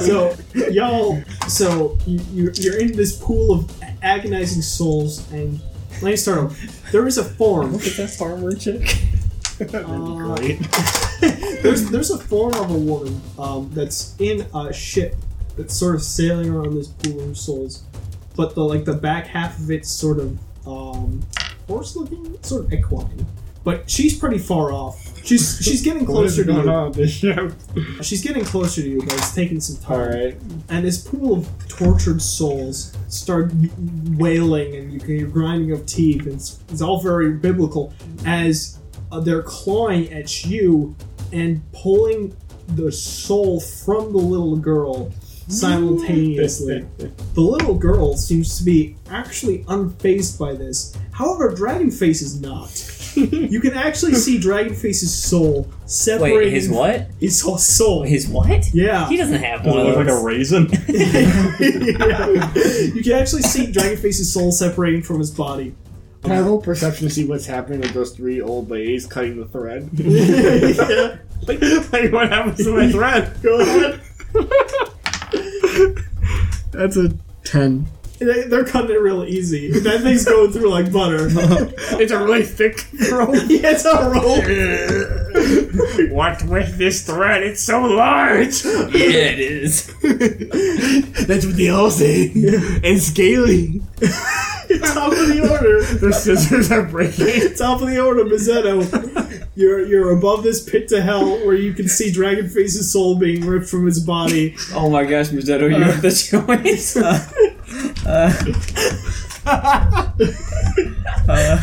[SPEAKER 4] So, y'all, so you- you're, you're in this pool of agonizing souls, and Lenny Starro, there is a form.
[SPEAKER 6] Look at that farmer chick.
[SPEAKER 4] uh,
[SPEAKER 8] Great.
[SPEAKER 4] there's there's a form of a woman um, that's in a ship that's sort of sailing around this pool of souls, but the like the back half of it's sort of um, horse looking, sort of equine. But she's pretty far off. She's she's getting
[SPEAKER 8] What is
[SPEAKER 4] closer to
[SPEAKER 8] going
[SPEAKER 4] you.
[SPEAKER 8] on with this show?
[SPEAKER 4] She's getting closer to you, but it's taking some time.
[SPEAKER 8] Alright.
[SPEAKER 4] And this pool of tortured souls start wailing, and you can hear grinding of teeth. And it's, it's all very biblical as uh, they're clawing at you and pulling the soul from the little girl simultaneously. the little girl seems to be actually unfazed by this. However, Dragonface is not. you can actually see Dragonface's soul separating
[SPEAKER 2] Wait, his what?
[SPEAKER 4] his soul. soul.
[SPEAKER 2] His what?
[SPEAKER 4] yeah.
[SPEAKER 2] He doesn't have
[SPEAKER 5] Does
[SPEAKER 2] one
[SPEAKER 5] it
[SPEAKER 2] of
[SPEAKER 5] look like a
[SPEAKER 2] those.
[SPEAKER 5] raisin?
[SPEAKER 4] you can actually see Dragonface's soul separating from his body.
[SPEAKER 8] Can I roll perception to see what's happening with those three old ladies cutting the thread?
[SPEAKER 4] Yeah.
[SPEAKER 8] like, what happens to my thread? Go ahead. That's a 10.
[SPEAKER 4] They- They're cutting it real easy. That thing's going through like butter.
[SPEAKER 8] It's a really thick rope.
[SPEAKER 4] yeah, it's a roll.
[SPEAKER 8] what with this thread? It's so large!
[SPEAKER 2] Yeah, it is.
[SPEAKER 8] That's what they all say. And scaly.
[SPEAKER 4] Top of the order.
[SPEAKER 8] The scissors are breaking.
[SPEAKER 4] Top of the order, Mazzetto. You're you're above this pit to hell where you can see Dragonface's soul being ripped from his body.
[SPEAKER 2] Oh my gosh, Mazzetto, you have the choice. Uh, uh,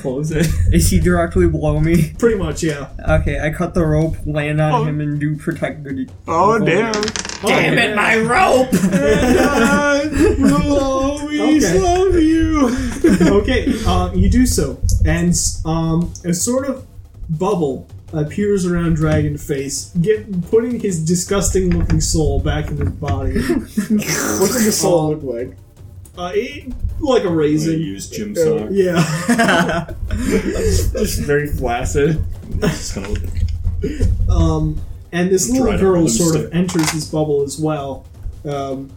[SPEAKER 2] close it.
[SPEAKER 6] Is he directly below me?
[SPEAKER 4] Pretty much, yeah.
[SPEAKER 6] Okay, I cut the rope, land on him, and do protect e- the.
[SPEAKER 8] Oh, damn.
[SPEAKER 2] Damn
[SPEAKER 4] Oh,
[SPEAKER 2] it, my rope!
[SPEAKER 8] We'll always
[SPEAKER 4] Okay.
[SPEAKER 8] love you.
[SPEAKER 4] okay, uh, you do so, and um, a sort of bubble appears around Dragonface, get, putting his disgusting-looking soul back in his body,
[SPEAKER 8] What does the soul look like?
[SPEAKER 4] uh, it, like a
[SPEAKER 5] They
[SPEAKER 4] raisin.
[SPEAKER 5] use Jim sock.
[SPEAKER 4] Yeah.
[SPEAKER 8] Just very flaccid.
[SPEAKER 5] It's just gonna look
[SPEAKER 4] Um, and this
[SPEAKER 5] Dried
[SPEAKER 4] little
[SPEAKER 5] up
[SPEAKER 4] girl
[SPEAKER 5] blue
[SPEAKER 4] sort
[SPEAKER 5] stick.
[SPEAKER 4] of enters this bubble as well. Um,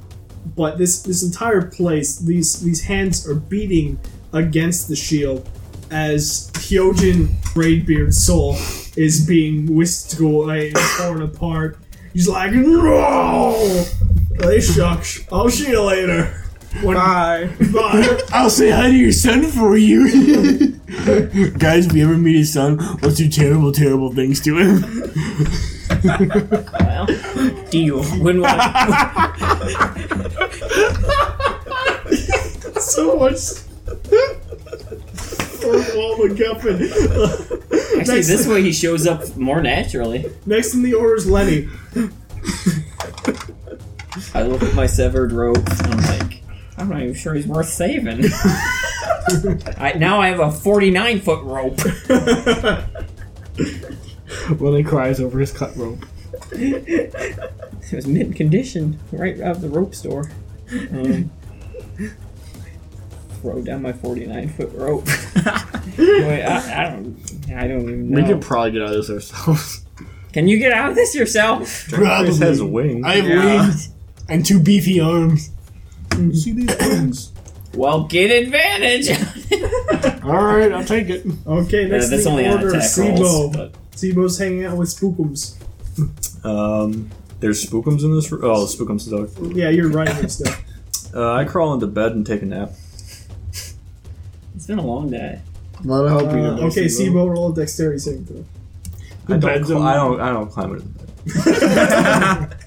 [SPEAKER 4] but this this entire place, these these hands are beating against the shield as Hyojin Braidbeard's soul is being whisked away and torn apart. He's like, no, they shucks. I'll see you later. When-
[SPEAKER 6] Bye.
[SPEAKER 4] Bye.
[SPEAKER 8] I'll say hi to your son for you. Guys, if you ever meet his son, let's do terrible, terrible things to him.
[SPEAKER 2] Deal. Wouldn't want
[SPEAKER 4] so much. Wall
[SPEAKER 8] Oh,
[SPEAKER 4] MacGuffin.
[SPEAKER 2] to. Actually, this way he shows up more naturally.
[SPEAKER 4] Next in the order is Lenny.
[SPEAKER 2] I look at my severed rope and I'm like, I'm not even sure he's worth saving. I, now I have a 49 foot rope.
[SPEAKER 8] Willie cries over his cut rope.
[SPEAKER 2] It was mint condition, right out of the rope store. Um, throw down my 49 foot rope. Wait, I, I don't. I don't even know.
[SPEAKER 14] We could probably get out of this ourselves.
[SPEAKER 2] Can you get out of this yourself?
[SPEAKER 5] Chris
[SPEAKER 8] Probably.
[SPEAKER 5] has wings.
[SPEAKER 8] I have
[SPEAKER 2] Yeah.
[SPEAKER 8] wings and two beefy arms.
[SPEAKER 5] see these wings.
[SPEAKER 2] Well, get advantage.
[SPEAKER 8] All right, I'll take it.
[SPEAKER 4] Okay,
[SPEAKER 2] Uh,
[SPEAKER 4] next in
[SPEAKER 2] that's
[SPEAKER 4] the
[SPEAKER 2] only on
[SPEAKER 4] order is
[SPEAKER 2] attack rolls.
[SPEAKER 4] Sibo.
[SPEAKER 2] But
[SPEAKER 4] Sibo's hanging out with Spookums.
[SPEAKER 5] Um, there's spookums in this room. Oh, spookums is dog.
[SPEAKER 4] Yeah, you're right next to him.
[SPEAKER 5] Uh, I crawl into bed and take a nap.
[SPEAKER 2] it's been a long day.
[SPEAKER 14] A lot of helping.
[SPEAKER 4] Uh, okay, Sibo, roll a dexterity saving throw.
[SPEAKER 5] I don't,
[SPEAKER 8] bed's
[SPEAKER 5] cl-
[SPEAKER 8] in-
[SPEAKER 5] I don't. I don't climb into the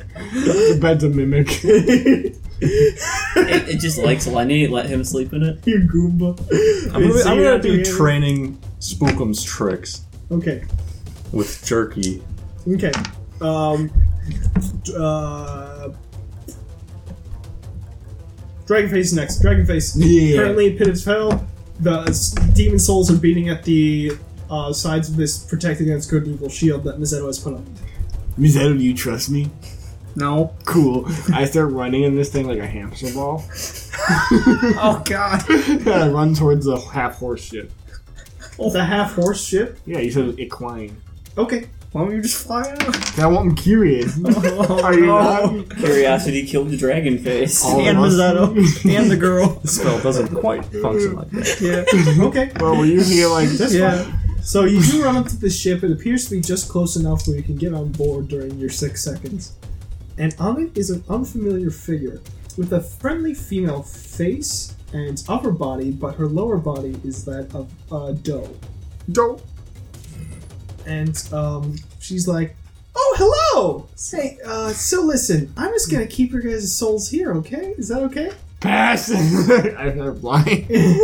[SPEAKER 5] bed.
[SPEAKER 8] The bed's a mimic.
[SPEAKER 2] It, it just likes Lenny. Let him sleep in it.
[SPEAKER 4] You Goomba.
[SPEAKER 5] I'm gonna,
[SPEAKER 4] Is
[SPEAKER 5] I'm
[SPEAKER 4] he
[SPEAKER 5] gonna
[SPEAKER 4] not
[SPEAKER 5] be
[SPEAKER 4] doing anything?
[SPEAKER 5] training spookums tricks
[SPEAKER 4] Okay,
[SPEAKER 5] with jerky.
[SPEAKER 4] okay. Um, uh, Dragonface next. Dragonface.
[SPEAKER 8] Yeah.
[SPEAKER 4] Currently in Pit of Hell, the s- demon souls are beating at the uh, sides of this protect against good and evil shield that Mizetto has put up.
[SPEAKER 8] Mizetto, do you trust me?
[SPEAKER 6] No.
[SPEAKER 8] Cool. I start running in this thing like a hamster ball.
[SPEAKER 6] Oh god.
[SPEAKER 8] I run towards the half horse ship.
[SPEAKER 4] Oh, The half horse ship.
[SPEAKER 8] Yeah, you said equine.
[SPEAKER 4] Okay.
[SPEAKER 6] Why don't you just fly out?
[SPEAKER 8] I want him curious.
[SPEAKER 6] Oh,
[SPEAKER 8] Are you not?
[SPEAKER 2] Curiosity killed Oh, the dragon face.
[SPEAKER 4] Oh.
[SPEAKER 8] All
[SPEAKER 6] And
[SPEAKER 8] of us?
[SPEAKER 6] Mizetto. and the girl.
[SPEAKER 5] The spell doesn't quite function like that.
[SPEAKER 6] Yeah.
[SPEAKER 4] Okay.
[SPEAKER 8] Well, we're using it like this.
[SPEAKER 6] yeah.
[SPEAKER 4] So you do run up to the ship. It appears to be just close enough where you can get on board during your six seconds. And on it is an unfamiliar figure with a friendly female face and upper body, but her lower body is that of a doe.
[SPEAKER 8] Dope.
[SPEAKER 4] And um, she's like, "Oh, hello! Say, uh, so listen, I'm just gonna keep your guys' souls here, okay? Is that okay?"
[SPEAKER 8] Pass. I start flying.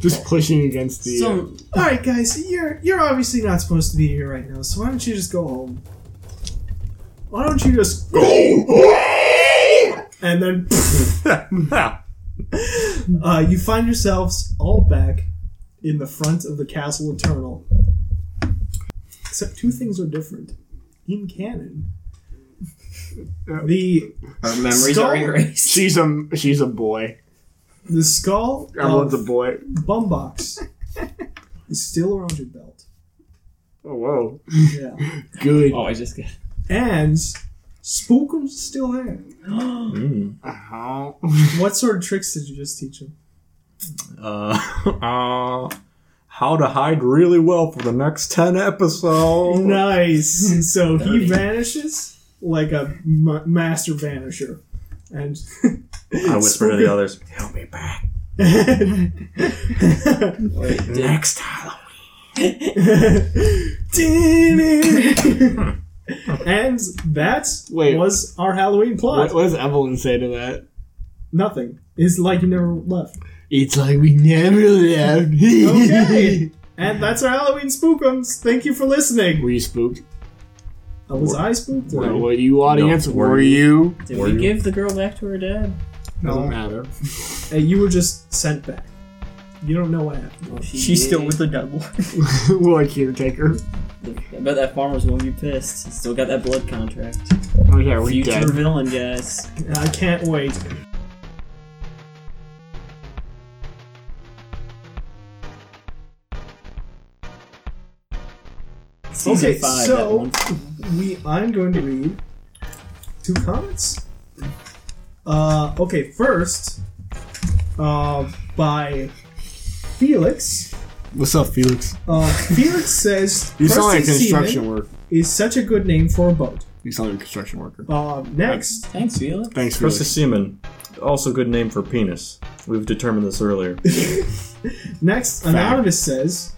[SPEAKER 8] Just pushing against the. uh,
[SPEAKER 2] So
[SPEAKER 4] All right, guys, you're you're obviously not supposed to be here right now, so why don't you just go home? Why don't you just go home? And then uh, you find yourselves all back in the front of the Castle Eternal. Except two things are different. In canon,
[SPEAKER 8] Uh,
[SPEAKER 4] the
[SPEAKER 2] our memories are
[SPEAKER 4] Skull-
[SPEAKER 2] erased.
[SPEAKER 8] she's a she's a boy.
[SPEAKER 4] the skull
[SPEAKER 8] I love
[SPEAKER 6] Oh.
[SPEAKER 8] the
[SPEAKER 4] of
[SPEAKER 8] boy.
[SPEAKER 4] Bumbox is still around your belt.
[SPEAKER 8] Oh whoa,
[SPEAKER 4] Yeah,
[SPEAKER 8] good.
[SPEAKER 2] Oh, I just got.
[SPEAKER 4] and Spookum's still there.
[SPEAKER 5] Mm.
[SPEAKER 8] Uh-huh.
[SPEAKER 4] What sort of tricks did you just teach him?
[SPEAKER 5] Uh, uh, how to hide really well for the next ten episodes.
[SPEAKER 4] Nice. So he vanishes like a ma- master vanisher, and
[SPEAKER 5] I whisper to
[SPEAKER 4] Spookum-
[SPEAKER 5] the others.
[SPEAKER 2] Wait, did-
[SPEAKER 5] Next time.
[SPEAKER 4] Damn it. and that
[SPEAKER 8] Wait.
[SPEAKER 4] was our Halloween plot.
[SPEAKER 8] What, what does Evelyn say to that?
[SPEAKER 4] Nothing. It's like you never left.
[SPEAKER 8] It's like we never left.
[SPEAKER 4] Okay.
[SPEAKER 8] Mm.
[SPEAKER 4] And that's our Halloween spookums. Thank you for listening.
[SPEAKER 8] Were you spooked?
[SPEAKER 4] Uh, was I spooked?
[SPEAKER 8] No, were you audience?
[SPEAKER 5] No,
[SPEAKER 8] were,
[SPEAKER 5] were
[SPEAKER 8] you?
[SPEAKER 2] Did
[SPEAKER 5] Were
[SPEAKER 2] we
[SPEAKER 5] you-
[SPEAKER 2] give the girl back to her dad?
[SPEAKER 8] Doesn't matter.
[SPEAKER 4] Uh, you were just sent back. You don't know what happened.
[SPEAKER 6] She's still with the devil.
[SPEAKER 8] We're like caretaker.
[SPEAKER 2] I bet that farmer's gonna be pissed. He's Still got that blood contract.
[SPEAKER 8] Oh yeah, we
[SPEAKER 2] Future
[SPEAKER 8] dead.
[SPEAKER 2] villain, guys.
[SPEAKER 4] I can't wait.
[SPEAKER 2] season
[SPEAKER 4] okay,
[SPEAKER 2] five, that
[SPEAKER 4] so
[SPEAKER 2] one.
[SPEAKER 4] we I'm going to read two comments. Uh, okay, first, uh, by Felix.
[SPEAKER 8] What's up, Felix?
[SPEAKER 4] Uh, Felix says
[SPEAKER 8] You sound like a
[SPEAKER 4] "Preston
[SPEAKER 8] construction
[SPEAKER 4] Seaman
[SPEAKER 8] worker.
[SPEAKER 4] is such a good name for a boat.
[SPEAKER 8] You sound like a construction worker.
[SPEAKER 4] Uh, next,
[SPEAKER 2] Thanks, Felix.
[SPEAKER 8] Thanks, Felix.
[SPEAKER 5] Precious semen, also good name for penis. We've determined this earlier.
[SPEAKER 4] next, anonymous says,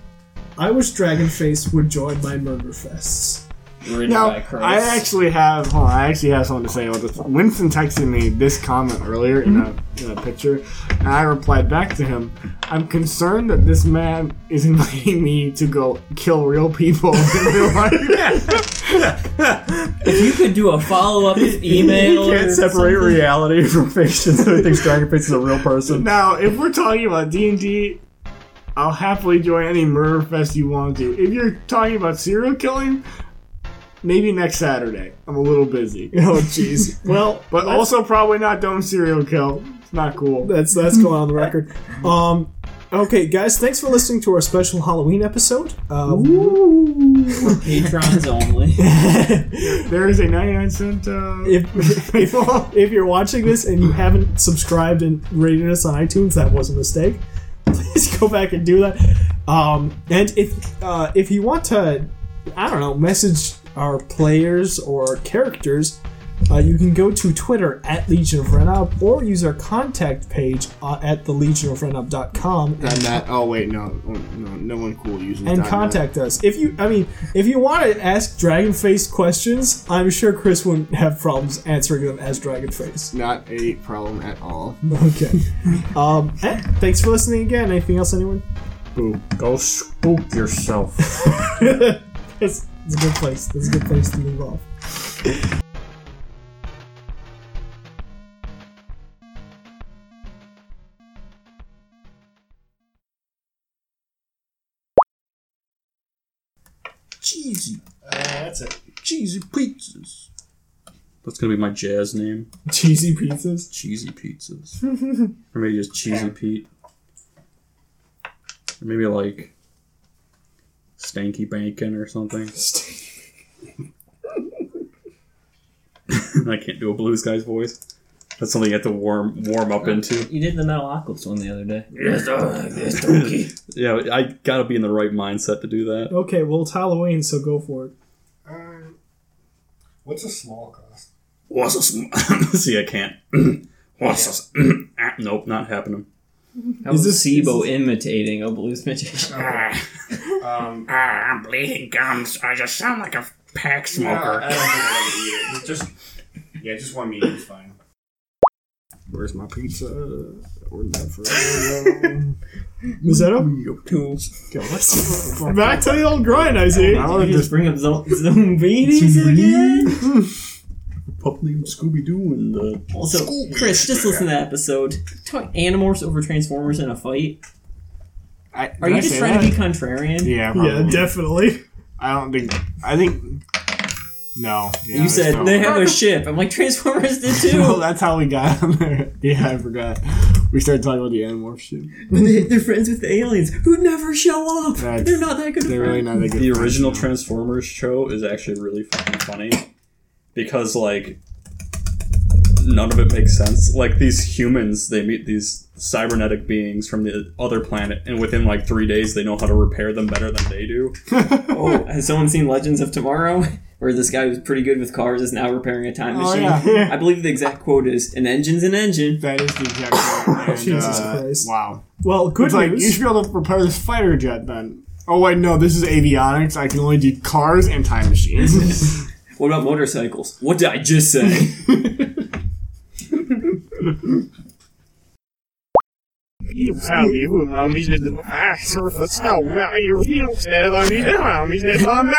[SPEAKER 4] "I wish Dragonface would join my murder fests."
[SPEAKER 2] Written
[SPEAKER 8] Now,
[SPEAKER 2] by Chris.
[SPEAKER 8] I actually have. Hold on, I actually have something to say about this. Winston texted me this comment earlier in a, in a picture, and I replied back to him. I'm concerned that this man is inviting me to go kill real people in real life.
[SPEAKER 2] if you could do a follow up email,
[SPEAKER 5] you
[SPEAKER 2] or
[SPEAKER 5] can't separate
[SPEAKER 2] something.
[SPEAKER 5] reality from fiction, so he thinks Dragonface is a real person.
[SPEAKER 8] now, if we're talking about D and D, I'll happily join any murder fest you want to. If you're talking about serial killing. Maybe next Saturday. I'm a little busy.
[SPEAKER 4] Oh, jeez. Well,
[SPEAKER 8] But also probably not don't serial kill. It's not cool.
[SPEAKER 4] That's that's going on the record. Um, okay, guys, thanks for listening to our special Halloween episode. Um,
[SPEAKER 2] Patrons only.
[SPEAKER 4] if
[SPEAKER 8] There is a 99 cent uh,
[SPEAKER 4] if if you're watching this and you haven't subscribed and rated us on iTunes, that was a mistake. Please go back and do that. Um, and if uh, if you want to, I don't know, message our players or characters. Uh, you can go to Twitter at Legion of Renup or use our contact page uh, at thelegionofrenup.com
[SPEAKER 8] and that. Oh wait, no, no, no one cool uses
[SPEAKER 4] and
[SPEAKER 8] dot net.
[SPEAKER 4] contact us if you i mean if you want to ask dragonface questions i'm sure chris wouldn't have problems answering them as dragonface
[SPEAKER 8] Not a problem at all.
[SPEAKER 4] okay um eh, thanks for listening again anything else anyone
[SPEAKER 8] Boom.
[SPEAKER 5] Go spook yourself.
[SPEAKER 4] it's, it's a good place it's a good place to move off
[SPEAKER 5] Cheesy. that's it. Cheesy pizzas. That's gonna be my jazz name.
[SPEAKER 4] cheesy pizzas
[SPEAKER 5] Cheesy pizzas. or maybe just cheesy Pete. Or maybe like stanky bacon or something. I can't do a blues guy's voice. That's something you have to warm warm up into.
[SPEAKER 2] You did the Metal Occults one the other day.
[SPEAKER 5] Yeah, I gotta be in the right mindset to do that.
[SPEAKER 4] okay well it's halloween so go for it
[SPEAKER 8] What's a small cost?
[SPEAKER 5] What's a sm- See, I can't. What's a s- ah, nope, not happening.
[SPEAKER 2] How is this Sibo imitating a blues magician?
[SPEAKER 8] Um,
[SPEAKER 7] ah, I'm bleeding gums. I just sound like a pack smoker.
[SPEAKER 8] just yeah, just one meeting is fine. Where's my pizza? Ordered that for
[SPEAKER 4] is that up
[SPEAKER 6] Oh.
[SPEAKER 4] back to the old grind i see
[SPEAKER 8] I ordered
[SPEAKER 2] You just
[SPEAKER 8] this.
[SPEAKER 2] bring up Zo- Zombies again?
[SPEAKER 5] Pup named Scooby Doo and the
[SPEAKER 2] Also, Chris, just listen to that episode. Talk Animorphs over Transformers in a fight.
[SPEAKER 8] I,
[SPEAKER 2] Are you just trying to be contrarian?
[SPEAKER 8] Yeah, probably.
[SPEAKER 4] yeah definitely
[SPEAKER 8] I don't think. I think. No. yeah,
[SPEAKER 2] You
[SPEAKER 8] it's
[SPEAKER 2] said
[SPEAKER 8] no.
[SPEAKER 2] they have a ship. I'm like Transformers did
[SPEAKER 8] Well,
[SPEAKER 2] too.
[SPEAKER 8] that's how we got on there. Yeah, I forgot. We started talking about the Animorph shit.
[SPEAKER 2] they, they're friends with the aliens who never show up.
[SPEAKER 8] That's-
[SPEAKER 2] they're not that good.
[SPEAKER 8] They're really not that good.
[SPEAKER 5] the original Transformers show is actually really fucking funny because like none of it makes sense. Like these humans, they meet these cybernetic beings from the other planet, and within like three days, they know how to repair them better than they do.
[SPEAKER 2] Oh, has someone seen Legends of Tomorrow? Where this guy who's pretty good with cars is now repairing a time
[SPEAKER 8] Oh,
[SPEAKER 2] machine.
[SPEAKER 8] yeah.
[SPEAKER 2] I believe the exact quote is an engine's an engine.
[SPEAKER 8] That is the exact and,
[SPEAKER 4] Jesus
[SPEAKER 8] uh,
[SPEAKER 4] Christ.
[SPEAKER 8] Wow.
[SPEAKER 4] well good
[SPEAKER 8] it's like, you
[SPEAKER 4] news
[SPEAKER 8] should be able to repair this fighter jet then. Oh, wait, no, this is avionics. I can only do cars and time machines.
[SPEAKER 2] What about motorcycles? What did I just say?
[SPEAKER 7] Well, I mean,